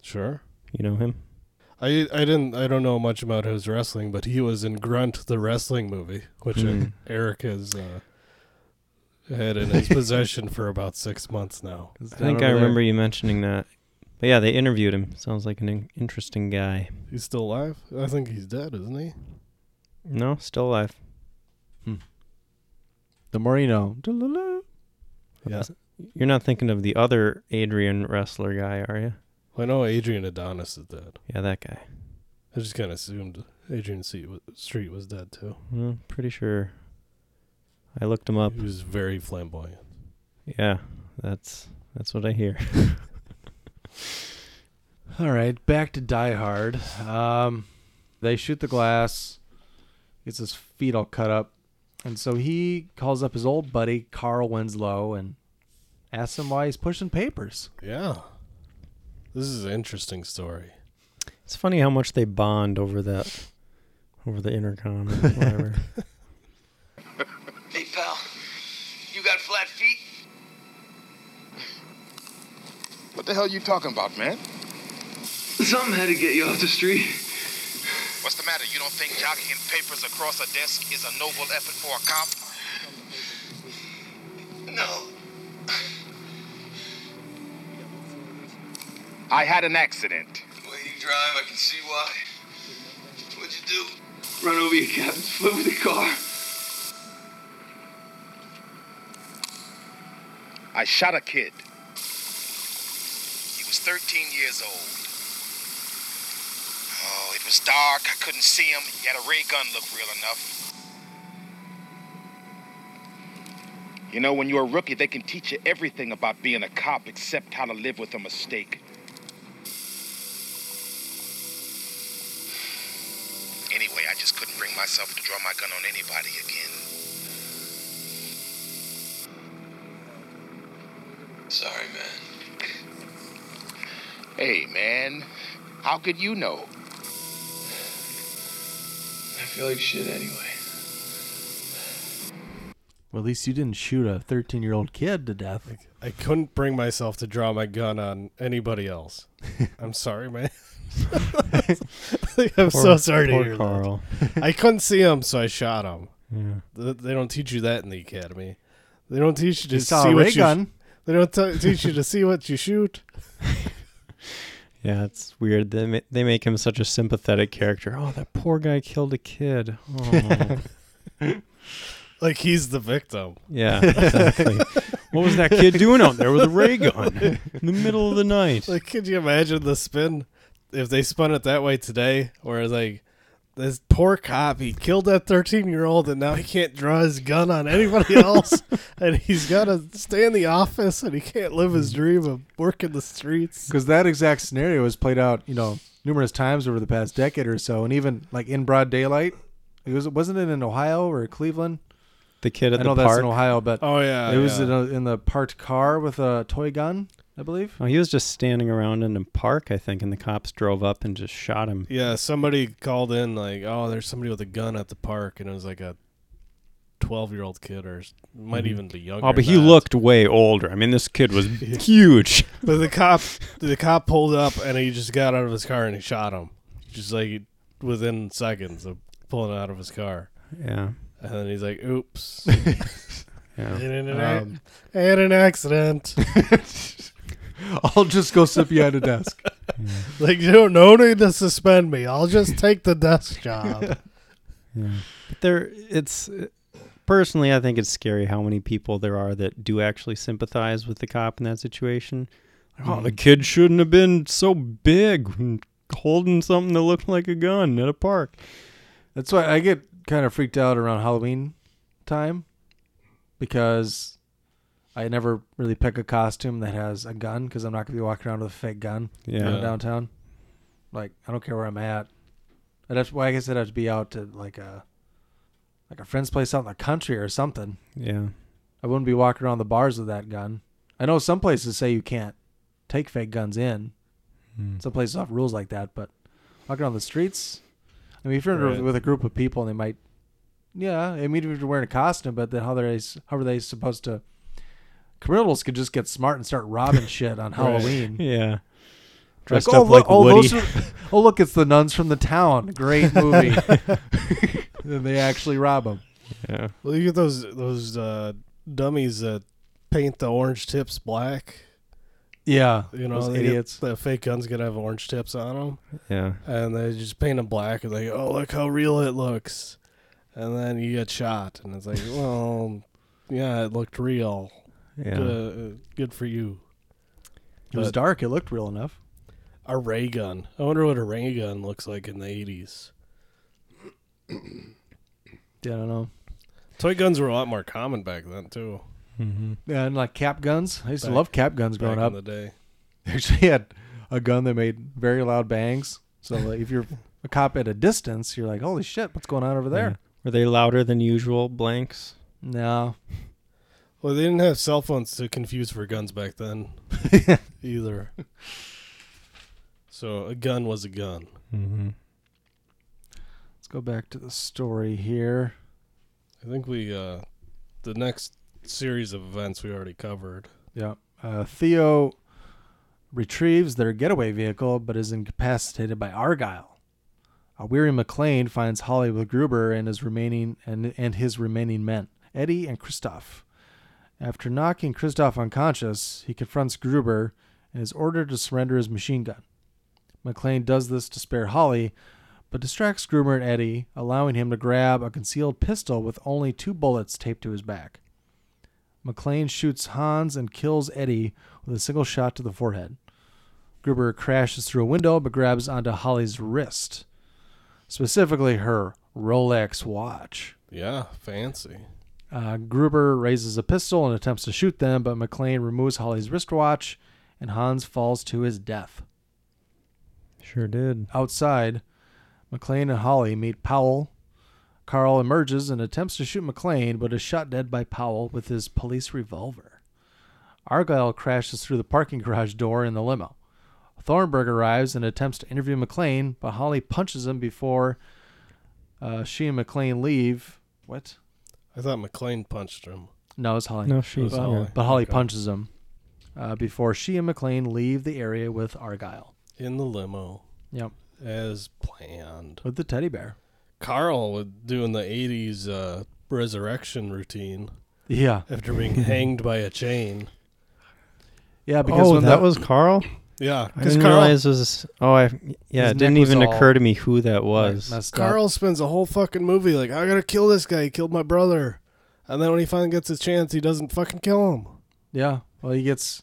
Sure. You know him? I I didn't I don't know much about his wrestling, but he was in Grunt the wrestling movie, which uh, Hmm. Eric has uh, had in his possession for about six months now. I think I remember you mentioning that. But yeah, they interviewed him. Sounds like an in- interesting guy. He's still alive. I think he's dead, isn't he? No, still alive. The more you know. Dululu. Yeah. You're not thinking of the other Adrian wrestler guy, are you? Well, I know Adrian Adonis is dead. Yeah, that guy. I just kind of assumed Adrian C- wa- Street was dead too. Well, pretty sure. I looked him up. He was very flamboyant. Yeah, that's that's what I hear. All right, back to Die Hard. Um, they shoot the glass. Gets his feet all cut up, and so he calls up his old buddy Carl Winslow and asks him why he's pushing papers. Yeah. This is an interesting story. It's funny how much they bond over that, over the intercom or whatever. Hey, pal. You got flat feet? What the hell you talking about, man? Something had to get you off the street. What's the matter? You don't think jockeying papers across a desk is a noble effort for a cop? No. I had an accident. The way you drive, I can see why. What'd you do? Run over your captain's foot with the car. I shot a kid. He was 13 years old. Oh, it was dark. I couldn't see him. Yet a ray gun looked real enough. You know, when you're a rookie, they can teach you everything about being a cop except how to live with a mistake. Anyway, I just couldn't bring myself to draw my gun on anybody again. Sorry, man. Hey, man, how could you know? I feel like shit anyway. Well, at least you didn't shoot a 13 year old kid to death. I couldn't bring myself to draw my gun on anybody else. I'm sorry, man. I'm so Poor- sorry to poor hear Carl. that. I couldn't see him, so I shot him. Yeah. Th- They don't teach you that in the academy. They don't teach you to You saw a see ray what you. gun. They don't t- teach you to see what you shoot. Yeah, it's weird. They ma- they make him such a sympathetic character. Oh, that poor guy killed a kid. Oh. Like he's the victim. yeah, exactly. what was that kid doing out there with a ray gun in the middle of the night? Like, could you imagine the spin if they spun it that way today? Where it's like, this poor cop, he killed that 13 year old and now he can't draw his gun on anybody else. and he's got to stay in the office and he can't live his dream of working the streets. Because that exact scenario has played out, you know, numerous times over the past decade or so, and even like in broad daylight. It was wasn't it in Ohio or Cleveland? The kid at I the know park. that's in Ohio, but Oh, yeah, it was yeah. in, a, in the parked car with a toy gun, I believe. Oh, he was just standing around in a park, I think, and the cops drove up and just shot him. Yeah, somebody called in, like, oh, there's somebody with a gun at the park. And it was like a 12 year old kid or s- might even be younger. Oh, but than he that. looked way older. I mean, this kid was huge. But the cop, the cop pulled up and he just got out of his car and he shot him, just like within seconds of pulling out of his car. Yeah. And then he's like, "Oops." Yeah. And an, Um, I had an accident. I'll just go sit behind a desk. like you don't no need to suspend me. I'll just take the desk job. Yeah. But there, it's personally, I think it's scary how many people there are that do actually sympathize with the cop in that situation. Oh, the Mhm. kid shouldn't have been so big and holding something that looked like a gun at a park. That's why I get kind of freaked out around Halloween time because I never really pick a costume that has a gun because I'm not going to be walking around with a fake gun Yeah. around downtown. Like, I don't care where I'm at. I'd have to, well, I guess I'd have to be out to like a like a friend's place out in the country or something. Yeah. I wouldn't be walking around the bars with that gun. I know some places say you can't take fake guns in. Some places have rules like that, but walking on the streets, I mean, if you're Right. with a group of people and they might, yeah, I mean, if you're wearing a costume, but then how they how are they supposed to? Criminals could just get smart and start robbing shit on Halloween. Yeah. Like, Dressed oh, up look, like oh, Woody. those are- oh, look, it's the nuns from the town. Great movie. then they actually rob them. Yeah. Well, you get those those uh, dummies that paint the orange tips black. Yeah, you know, those they get- idiots. The fake guns gonna have orange tips on them. Yeah. and they just paint them black, and they go, oh look how real it looks, and then you get shot, and it's like, well, yeah, it looked real. Yeah. Good, uh, good for you. It was But dark. It looked real enough. A ray gun. I wonder what a ray gun looks like in the eighties. Yeah, I don't know. Toy guns were a lot more common back then too. Yeah, and like cap guns. I used to Back- love cap guns growing back up. in the day. They actually had a gun that made very loud bangs. So like, if you're a cop at a distance, you're like, "Holy shit, what's going on over there?" Were they louder than usual blanks? No. Well, they didn't have cell phones to confuse for guns back then, either. So a gun was a gun. Mm-hmm. Let's go back to the story here. I think we uh the next series of events we already covered. Yeah. Uh, Theo retrieves their getaway vehicle but is incapacitated by Argyle. A weary McLean finds Holly with Gruber and his remaining and, and his remaining men, Eddie and Christoph. After knocking Christoph unconscious, he confronts Gruber and is ordered to surrender his machine gun. McLean does this to spare Holly, but distracts Gruber and Eddie, allowing him to grab a concealed pistol with only two bullets taped to his back. McLean shoots Hans and kills Eddie with a single shot to the forehead. Gruber crashes through a window but grabs onto Holly's wrist. specifically her Rolex watch. Yeah, fancy. Uh, Gruber raises a pistol and attempts to shoot them, but McLean removes Holly's wristwatch, and Hans falls to his death. Sure did. Outside, McLean and Holly meet Powell. Carl emerges and attempts to shoot McLean, but is shot dead by Powell with his police revolver. Argyle crashes through the parking garage door in the limo. Thornburg arrives and attempts to interview McLean, but Holly punches him before uh, she and McLean leave. What? I thought McLean punched him. No, it's Holly. No, she's but, Holly. But Holly Okay. punches him uh, before she and McLean leave the area with Argyle. In the limo. Yep. As planned. With the teddy bear. Carl was doing the 80s uh, resurrection routine. Yeah. After being hanged by a chain. Yeah, oh, that, was Carl. Yeah, I 'cause didn't Carl- realize it was. Oh, I yeah, His it didn't neck was even all, occur to me who that was. Carl spends a whole fucking movie like, I gotta kill this guy. He killed my brother. And then when he finally gets his chance, he doesn't fucking kill him. Yeah. Well, he gets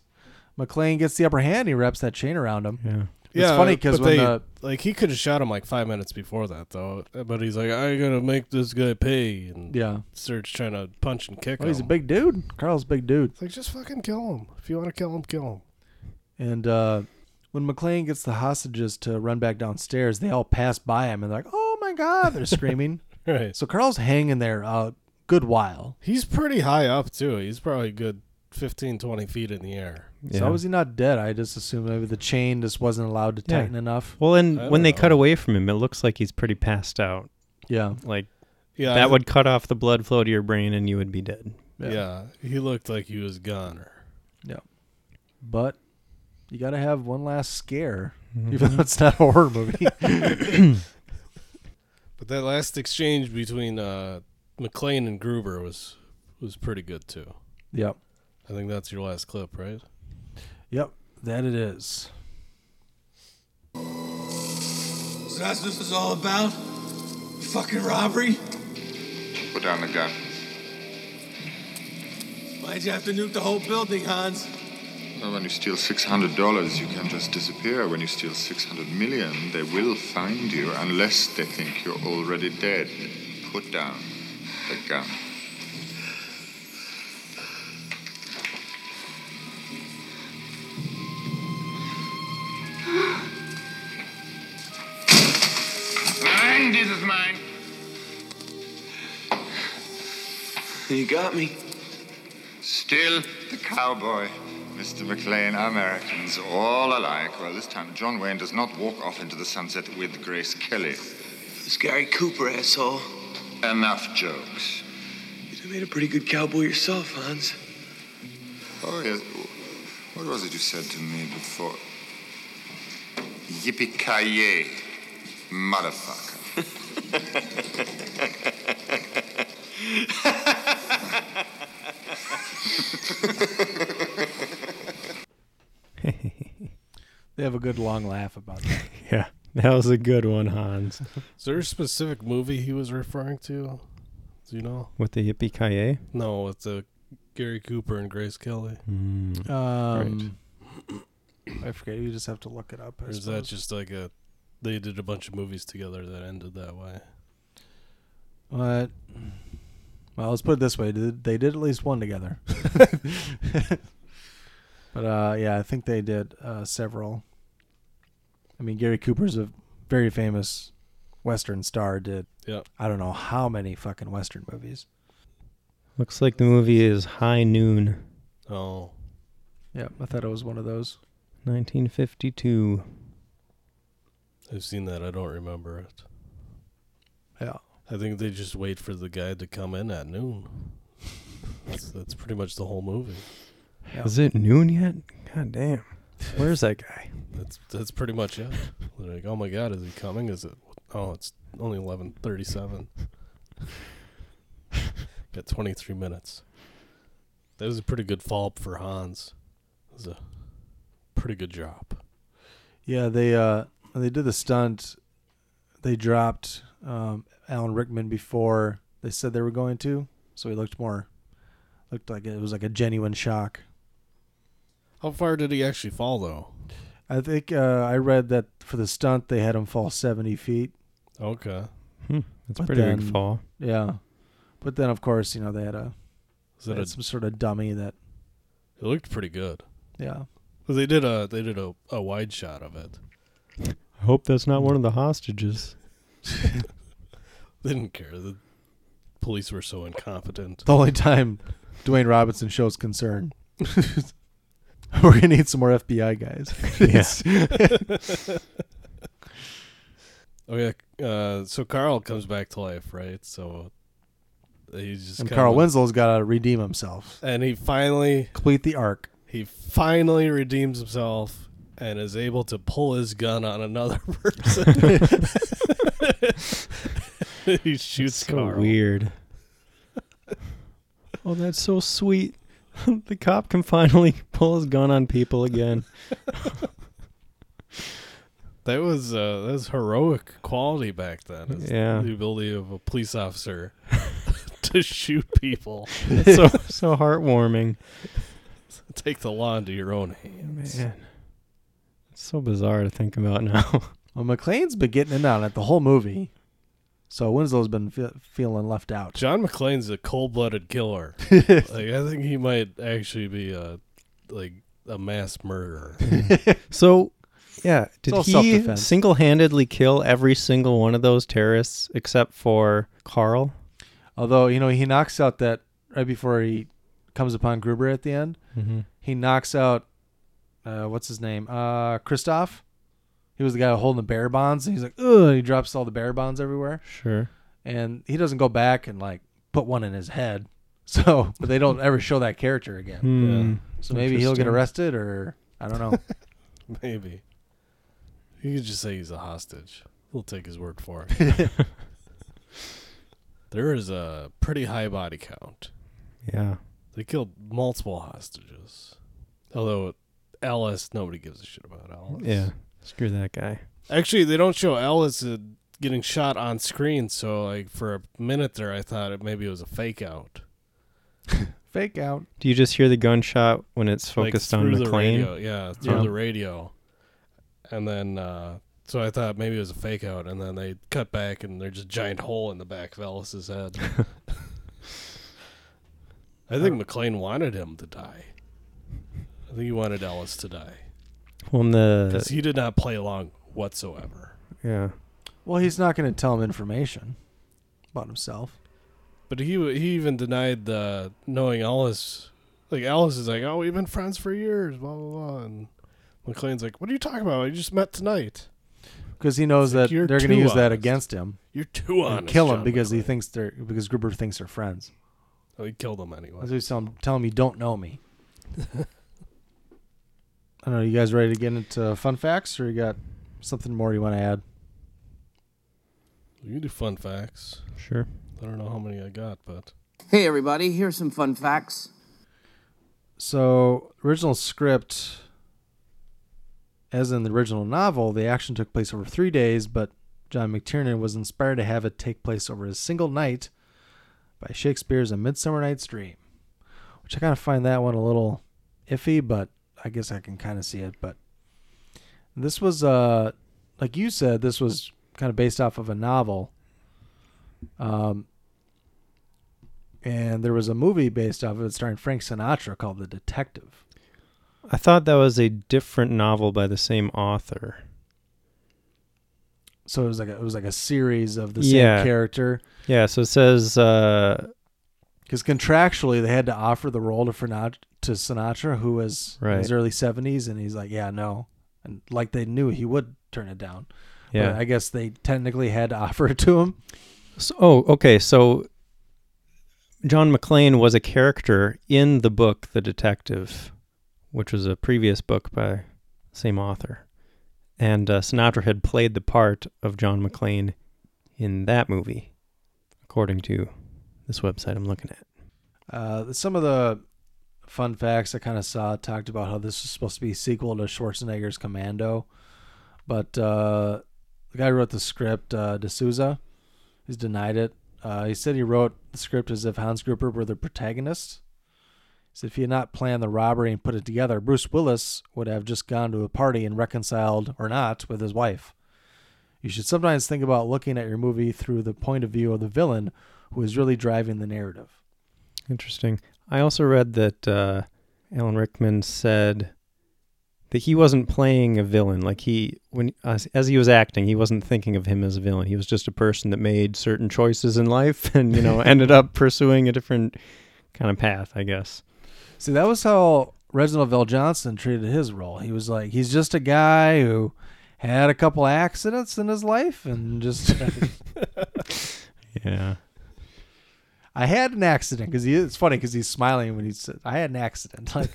McLean gets the upper hand. He wraps that chain around him. Yeah. It's funny because but when they- the like he could have shot him like five minutes before that though, but he's like, I gotta make this guy pay. And Yeah. starts trying to punch and kick well, him. he's a big dude. Carl's a big dude. It's like just fucking kill him. If you want to kill him, kill him. And uh, when McLean gets the hostages to run back downstairs, they all pass by him and they're like, "Oh my god!" They're screaming. right. So Carl's hanging there a good while. He's pretty high up too. He's probably a good 15, 20 feet in the air. So how was he not dead? I just assumed maybe the chain just wasn't allowed to Yeah. tighten enough. Well, and I when don't they cut away from him, it looks like he's pretty passed out. Yeah. Like, Yeah, that I- would cut off the blood flow to your brain, and you would be dead. Yeah. he looked like he was a goner. Yeah. But you got to have one last scare, Mm-hmm. even though it's not a horror movie. But that last exchange between uh, McLean and Gruber was was pretty good too. Yep. I think that's your last clip, right? Yep, that it is. So that's what this is all about? Fucking robbery? Put down the gun. Why'd you have to nuke the whole building, Hans? Well, when you steal $600, you can just disappear. When you steal 600 million, they will find you unless they think you're already dead. Put down the gun. Mine, this is mine. You got me. Still the cowboy. Mr. McLean, Americans all alike. Well, this time John Wayne does not walk off into the sunset with Grace Kelly. It's Gary Cooper, asshole. Enough jokes. You made a pretty good cowboy yourself, Hans. Oh, yes. What was it you said to me before? Yippee-ki-yay, motherfucker. They have a good long laugh about that. Yeah, that was a good one, Hans. Is there a specific movie he was referring to? Do you know? With the yippee ki No, with the Gary Cooper and Grace Kelly. Um, I forget. You just have to look it up. I Or is that suppose. just like a they did a bunch of movies together that ended that way? What? Well, let's put it this way: did- they did at least one together. but uh, yeah, I think they did uh, several. I mean, Gary Cooper's a very famous Western star. Did Yep. I don't know how many fucking Western movies. Looks like the movie is High Noon, Oh. Yeah, I thought it was one of those. 1952. I've seen that, I don't remember it. Yeah. I think they just wait for the guy to come in at noon. That's, that's pretty much the whole movie. Is it noon yet? God damn. Where's that guy? That's that's pretty much it. They're like, oh my god, is he coming? Is it? Oh, it's only eleven thirty-seven. Got twenty-three minutes. That was a pretty good fall for Hans. It was a pretty good job. Yeah, they uh when they did the stunt. They dropped um, Alan Rickman before they said they were going to, so he looked more looked like it was like a genuine shock. How far did he actually fall though? I think uh, I read that for the stunt they had him fall seventy feet. Okay. Hmm, that's a pretty big fall. Yeah, but then of course you know they had a, Is they that had a- some sort of dummy that It looked pretty good. Yeah. But they did a they did a, a wide shot of it. I hope that's not one of the hostages. They didn't care. The police were so incompetent. the only time Dwayne Robinson shows concern. We're gonna need some more FBI guys. Oh yeah. Uh, so Carl comes back to life, right? So he's just and kinda- Carl Winslow's got to redeem himself, and he finally complete the arc. he finally redeems himself and is able to pull his gun on another person. he shoots so Carl. weird. oh, that's so sweet. the cop can finally pull his gun on people again. That was uh, that was heroic quality back then. is Yeah. the ability of a police officer to shoot people. That's so so heartwarming. Take the law into your own hands. Man. It's so bizarre to think about now. Well, McLean's been getting in on it the whole movie, so Winslow's been fe- feeling left out. John McClane's a cold-blooded killer. like I think he might actually be a like a mass murderer. so, yeah, did all he self-defense. single-handedly kill every single one of those terrorists except for Carl? Although you know he knocks out that right before he comes upon Gruber at the end, Mhm. he knocks out uh, what's his name, uh, Christoph. He was the guy holding the bear bonds, and he's like, "Ugh!" He drops all the bear bonds everywhere. Sure. And he doesn't go back and like put one in his head. So, but they don't ever show that character again. Hmm. So maybe he'll get Interesting. arrested, or I don't know. Maybe. You could just say he's a hostage. We'll take his word for it. there is a pretty high body count. Yeah. They killed multiple hostages. Although Ellis, nobody gives a shit about Ellis. Yeah. Screw that guy. Actually, they don't show Ellis uh, getting shot on screen. So, like for a minute there, I thought it maybe it was a fake out. Fake out. Do you just hear the gunshot when it's Like, focused on through the McLean? radio, yeah, through Yeah. the radio. And then, uh, so I thought maybe it was a fake out, and then they cut back, and there's a giant hole in the back of Ellis's head. I think McLean wanted him to die. I think he wanted Ellis to die When the because he did not play along whatsoever. yeah. well, he's not going to tell him information about himself. But he he even denied the knowing Ellis. Like Ellis is like, oh, we've been friends for years, blah blah blah. And McLean's like, what are you talking about? We just met tonight. because he knows that "You're they're going to too use that honest. against him. You're too And honest, kill him John because he thinks they're because Gruber thinks they're friends. Oh, he killed him anyway. That's what he's telling, telling him you don't know me. I don't know. You guys ready to get into fun facts, or you got something more you want to add? You can do fun facts. Sure. I don't know how many I got, but Hey, everybody, here's some fun facts. So, original script, as in the original novel, the action took place over three days, but John McTiernan was inspired to have it take place over a single night by Shakespeare's A Midsummer Night's Dream, which I kind of find that one a little iffy, but I guess I can kind of see it. But this was, uh, like you said, this was kind of based off of a novel. Um, and there was a movie based off of it starring Frank Sinatra called The Detective. I thought that was a different novel by the same author. So it was like a, it was like a series of the yeah. same character Yeah, so it says uh because contractually they had to offer the role to Fernat to Sinatra, who was in his Right. early seventies, and he's like, "Yeah, no," and like they knew he would turn it down. Yeah. but I guess they technically had to offer it to him. so, oh, okay, so John McClane was a character in the book The Detective, which was a previous book by the same author. And uh, Sinatra had played the part of John McClane in that movie, according to this website I'm looking at. Uh, some of the fun facts I kind of saw talked about how this was supposed to be a sequel to Schwarzenegger's Commando, but uh, the guy who wrote the script, uh, D'Souza, he's denied it. Uh, he said he wrote the script as if Hans Gruber were the protagonist. He said if he had not planned the robbery and put it together, Bruce Willis would have just gone to a party and reconciled or not with his wife. You should sometimes think about looking at your movie through the point of view of the villain who is really driving the narrative. Interesting. I also read that uh, Alan Rickman said that he wasn't playing a villain. Like he, when as, as he was acting, he wasn't thinking of him as a villain. He was just a person that made certain choices in life, and you know, ended up pursuing a different kind of path. I guess. See, that was how Reginald Vell Johnson treated his role. He was like, he's just a guy who had a couple accidents in his life and just. yeah. I had an accident because it's funny because he's smiling when he said, "I had an accident. Like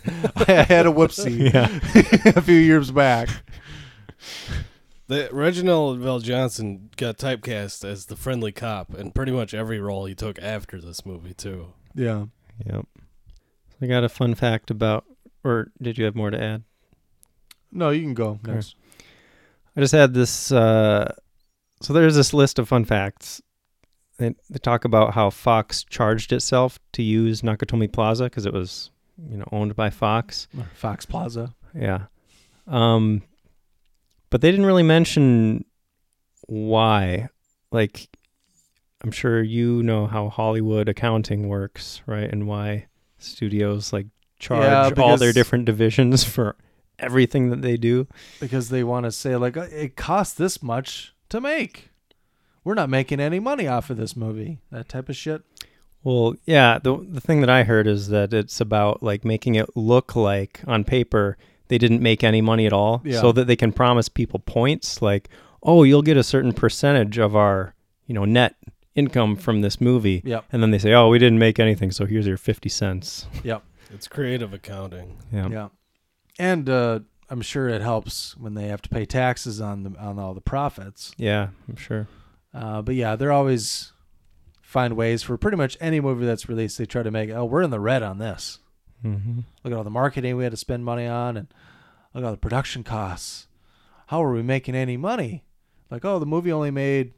I had a whoopsie Yeah. a few years back." The Reginald Val Johnson got typecast as the friendly cop in pretty much every role he took after this movie too. Yeah. Yep. So I got a fun fact about, or did you have more to add? No, you can go Okay. next. I just had this. Uh, so there's this list of fun facts. They, they talk about how Fox charged itself to use Nakatomi Plaza because it was, you know, owned by Fox. Fox Plaza. Yeah. Um, but they didn't really mention why. Like, I'm sure you know how Hollywood accounting works, right? And why studios like charge all their because- different divisions for everything that they do. because they want to say like "Uh, it costs this much to make. We're not making any money off of this movie. That type of shit. Well, yeah, the the thing that I heard is that it's about like making it look like on paper they didn't make any money at all Yeah. so that they can promise people points like, "Oh, you'll get a certain percentage of our, you know, net income from this movie." Yep. And then they say, "Oh, we didn't make anything, so here's your 50 cents." Yep. It's creative accounting. Yeah. Yeah. And uh, I'm sure it helps when they have to pay taxes on the on all the profits. Yeah, I'm sure. Uh, but yeah, they're always find ways for pretty much any movie that's released. They try to make oh we're in the red on this. Mhm. Look at all the marketing we had to spend money on, and look at all the production costs. How are we making any money? Like oh the movie only made.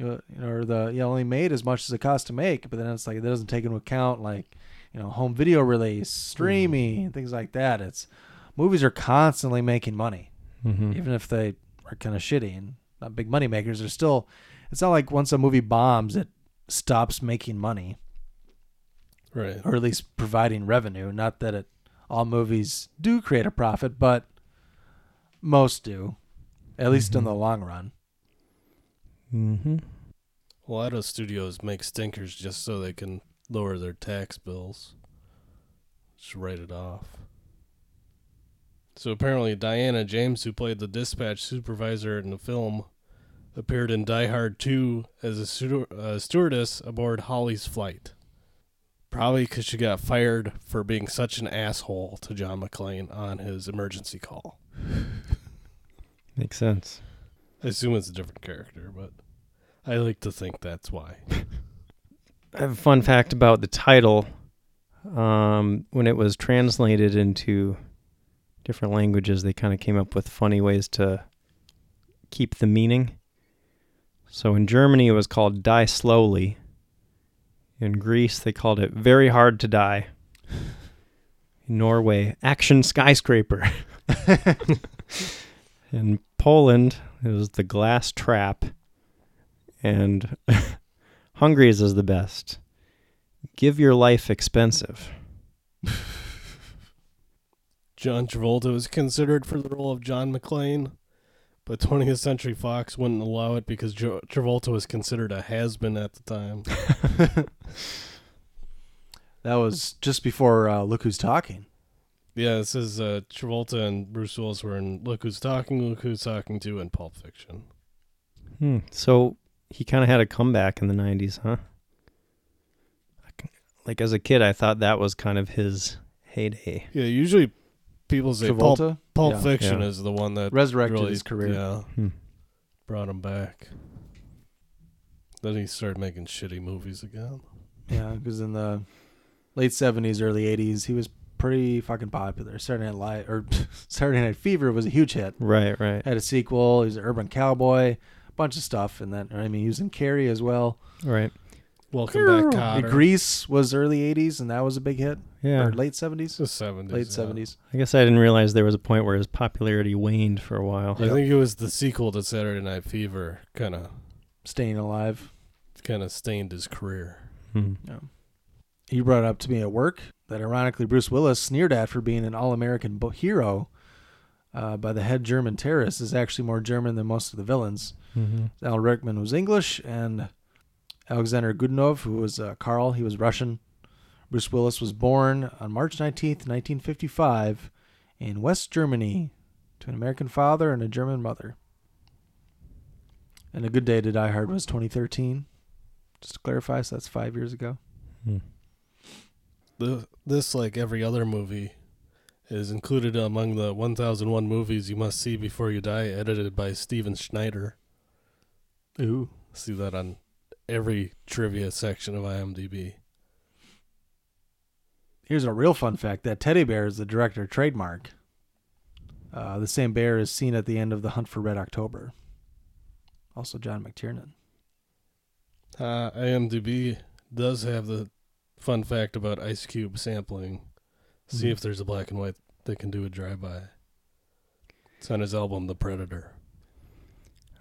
uh, You know, or the yeah only made as much as it cost to make, but then it's like it doesn't take into account like you know home video release, streaming, things like that. It's movies are constantly making money, Mhm. even if they are kind of shitty and not big money makers. They're still. It's not like once a movie bombs, it stops making money, Right. or at least providing revenue. Not that it all movies do create a profit, but most do, at least in the long run. Mhm. A lot of studios make stinkers just so they can lower their tax bills. Just write it off. So apparently, Diana James, who played the dispatch supervisor in the film, appeared in Die Hard 2 as a stu- uh, stewardess aboard Holly's flight. Probably because she got fired for being such an asshole to John McClane on his emergency call. Makes sense. I assume it's a different character, but I like to think that's why. I have a fun fact about the title. Um, when it was translated into different languages, they kind of came up with funny ways to keep the meaning. So in Germany, it was called Die Slowly. In Greece, they called it Very Hard to Die. In Norway, Action Skyscraper. in Poland, it was The Glass Trap. And Hungry's is the best. Give your life expensive. John Travolta was considered for the role of John McClane, but 20th Century Fox wouldn't allow it because jo- Travolta was considered a has been at the time. That was just before uh, Look Who's Talking. yeah, this is uh, Travolta and Bruce Willis were in Look Who's Talking, Look Who's Talking to, and Pulp Fiction. Hmm. So he kind of had a comeback in the 90s, huh? I can- Like as a kid, I thought that was kind of his heyday. Yeah, usually people say Travolta? Pulp, Pulp Yeah. Fiction Yeah. is the one that Resurrected really- his career. Yeah, Hmm. brought him back. Then he started making shitty movies again. Yeah, because in the late seventies, early eighties, he was pretty fucking popular. Saturday Night Live or Saturday Night Fever was a huge hit. Right, right. Had a sequel. He was an urban cowboy, bunch of stuff, and then I mean, he was in Carrie as well. Right. Welcome back, Yeah, Cotter. Grease was early '80s, and that was a big hit. Yeah. or late '70s. The '70s, late yeah. '70s. I guess I didn't realize there was a point where his popularity waned for a while. I think it was the sequel to Saturday Night Fever, kind of staying alive, kind of stained his career. Hmm. Yeah. He brought it up to me at work that ironically Bruce Willis sneered at for being an all-American bo- hero uh, by the head German terrorist is actually more German than most of the villains. Mhm. Al Rickman was English, and Alexander Gudinov, who was uh, Carl, he was Russian. Bruce Willis was born on March 19th, 1955, in West Germany to an American father and a German mother. And A Good Day to Die Hard was 2013. Just to clarify, so that's five years ago. The, this, like every other movie, is included among the 1001 movies you must see before you die, edited by Steven Schneider. Ooh. See that on every trivia section of IMDb. Here's a real fun fact that teddy bear is the director trademark. Uh, the same bear is seen at the end of The Hunt for Red October. Also, John McTiernan. Uh, IMDb does have the fun fact about Ice Cube sampling. See Mhm. if there's a black and white that can do a drive by. It's on his album, The Predator.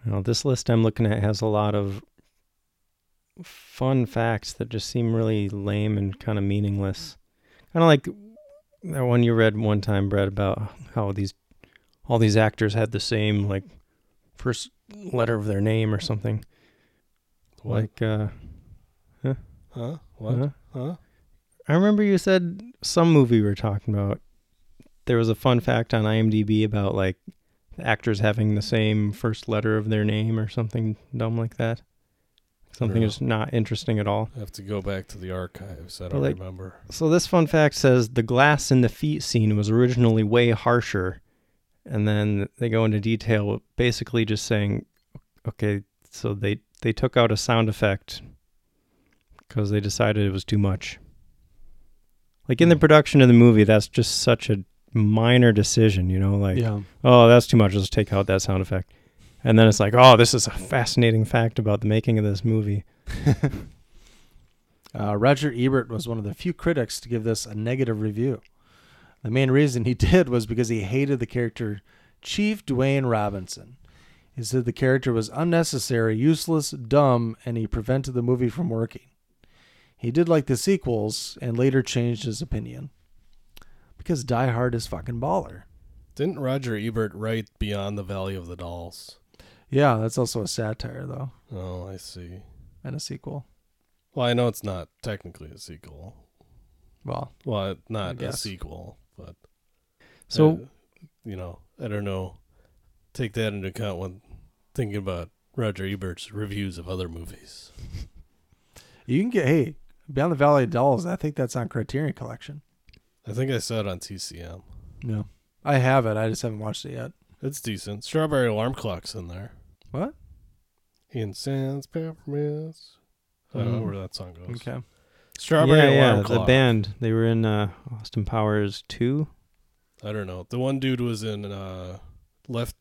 Now, this list I'm looking at has a lot of fun facts that just seem really lame and kind of meaningless. Kind of like that one you read one time, Brett, about how these all these actors had the same like first letter of their name or something. What? Like, uh, huh? Huh? What? Huh? Huh? I remember you said some movie we were talking about. There was a fun fact on IMDb about like the actors having the same first letter of their name or something dumb like that. Something Sure. that's not interesting at all. I have to go back to the archives. I don't But, like, remember. So this fun fact says the glass in the feet scene was originally way harsher, and then they go into detail, basically just saying, okay, so they they took out a sound effect because they decided it was too much. Like Hmm. in the production of the movie, that's just such a minor decision, you know, like Yeah. oh, that's too much. Let's take out that sound effect. And then it's like, oh, this is a fascinating fact about the making of this movie. Uh, Roger Ebert was one of the few critics to give this a negative review. The main reason he did was because he hated the character Chief Dwayne Robinson. He said the character was unnecessary, useless, dumb, and he prevented the movie from working. He did like the sequels and later changed his opinion. Because Die Hard is fucking baller. Didn't Roger Ebert write Beyond the Valley of the Dolls? Yeah, that's also a satire, though, Oh, I see. and a sequel. Well, I know it's not technically a sequel. Well, Well, it- I not a guess. sequel, but So- uh, you know, I don't know. Take that into account when thinking about Roger Ebert's reviews of other movies. you can get, hey, Beyond the Valley of Dolls, I think that's on Criterion Collection. I think I saw it on TCM. No. I have it. I just haven't watched it yet. It's decent. Strawberry Alarm Clock's in there. What? Incense, peppermints. I don't know Uh-huh. Mm. where that song goes. Okay. Strawberry yeah, Alarm yeah, Clock. the band. They were in uh, Austin Powers 2. I don't know. The one dude was in uh, left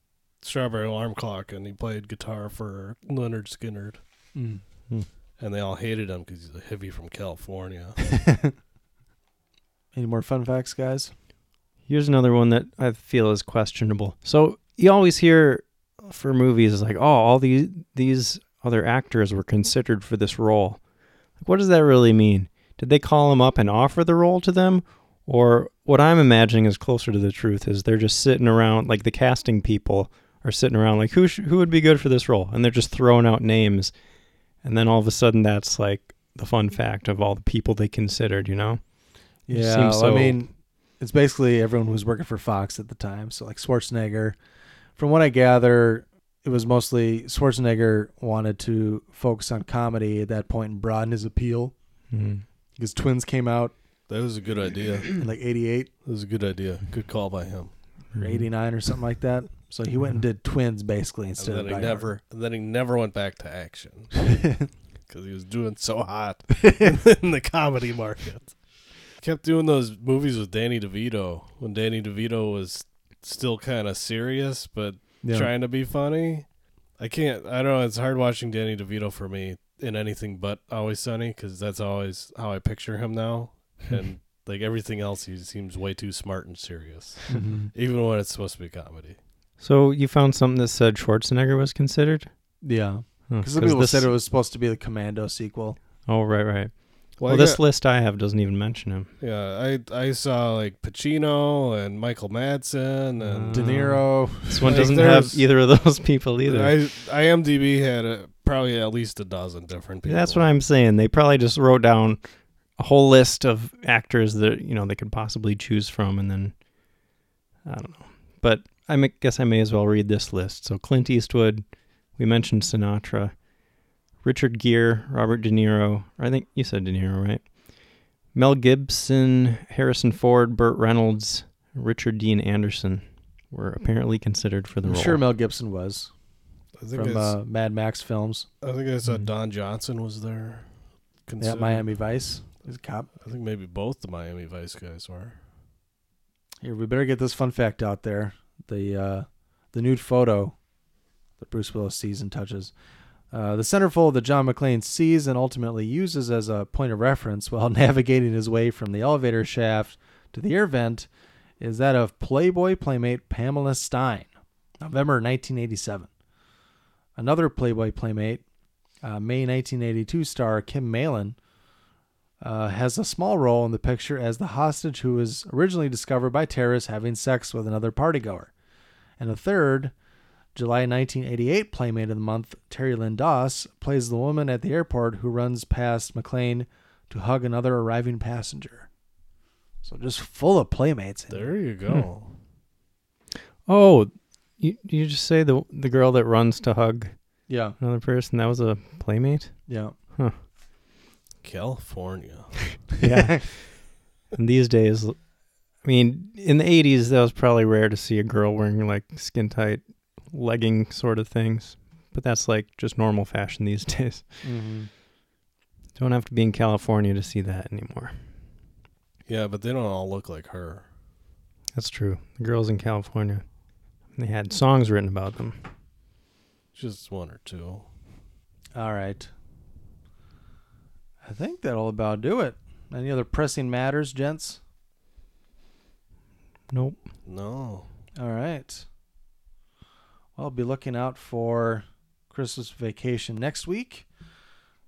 Strawberry Alarm Clock, and he played guitar for Leonard Skinnerd. Mm. Mm. And they all hated him because he's a hippie from California. Any more fun facts, guys? Here's another one that I feel is questionable. So you always hear for movies like, oh, all these these other actors were considered for this role. Like, what does that really mean? Did they call them up and offer the role to them, or what I'm imagining is closer to the truth is they're just sitting around like the casting people are sitting around like who sh- who would be good for this role, and they're just throwing out names, and then all of a sudden that's like the fun fact of all the people they considered, you know? It just Yeah, seems well, so- I mean, it's basically everyone who was working for Fox at the time. So like Schwarzenegger, from what I gather, it was mostly Schwarzenegger wanted to focus on comedy at that point and broaden his appeal Mhm. because Twins came out that was a good idea. in like '88 That was a good idea. Good call by him. or Mm-hmm. '89 or something like that. So he went and did Twins basically instead and of then he Die Hard. never, and then he never went back to action because he was doing so hot in the comedy market. Kept doing those movies with Danny DeVito when Danny DeVito was still kind of serious but Yeah. trying to be funny. I can't. I don't know. It's hard watching Danny DeVito for me in anything but Always Sunny because that's always how I picture him now. And like everything else, he seems way too smart and serious, Mhm. even when it's supposed to be comedy. So you found something that said Schwarzenegger was considered? Yeah, Hmm, because some people this- said it was supposed to be the Commando sequel. Oh, right, right. Well, well I this got- list I have doesn't even mention him. Yeah, I I saw like Pacino and Michael Madsen and Uh, Uh-huh. De Niro. This one Like, doesn't there's- have either of those people either. I IMDb had a, probably at least a dozen different people. That's what I'm saying. They probably just wrote down a whole list of actors that you know they could possibly choose from, and then I don't know. But I ma- guess I may as well read this list. So Clint Eastwood, we mentioned Sinatra, Richard Gere, Robert De Niro. I think you said De Niro, right? Mel Gibson, Harrison Ford, Burt Reynolds, Richard Dean Anderson were apparently considered for the I'm role. sure Mel Gibson was I think from it's- uh, Mad Max films. I think I saw Don Johnson was there. Yeah, Miami Vice. He's a cop. I think maybe both the Miami Vice guys were. Here, we better get this fun fact out there. The uh, the nude photo that Bruce Willis sees and touches. Uh, the centerfold that John McClane sees and ultimately uses as a point of reference while navigating his way from the elevator shaft to the air vent is that of Playboy playmate Pamela Stein, November 1987. Another Playboy playmate, uh, May 1982 star Kim Malin, uh, has a small role in the picture as the hostage who was originally discovered by terrorists having sex with another partygoer. And a third, July 1988 Playmate of the Month, Terry Lynn Doss, plays the woman at the airport who runs past McLean to hug another arriving passenger. So just full of Playmates. There you go. Oh, you you just say the the girl that runs to hug Yeah. another person that was a playmate. Yeah. Huh. California. Yeah. and these days, I mean, in the '80s, that was probably rare to see a girl wearing like skin tight legging sort of things, but that's like just normal fashion these days. Mhm. Don't have to be in California to see that anymore. Yeah, but they don't all look like her. That's true. The girls in California, they had songs written about them. Just one or two. All right. I think that'll about do it. Any other pressing matters, gents? Nope. No. All right. Well, I'll be looking out for Christmas vacation next week,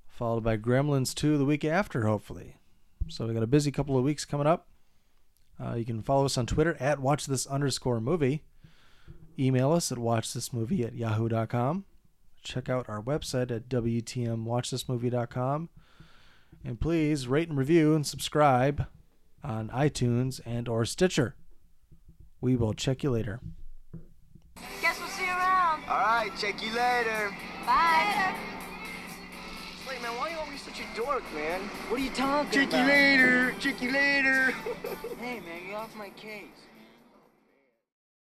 followed by Gremlins 2 the week after, hopefully. So we got a busy couple of weeks coming up. Uh, you can follow us on Twitter at watch this underscore movie. Email us at watch this movie at yahoo.com. Check out our website at WTMWatchThisMovie.com. And please rate and review and subscribe on iTunes and or Stitcher. We will check you later. Guess we'll see you around. All right, check you later. Bye. Wait, man, why are you always such a dork, man? What are you talking Check you about? later. Check you later. hey, man, you're off my case.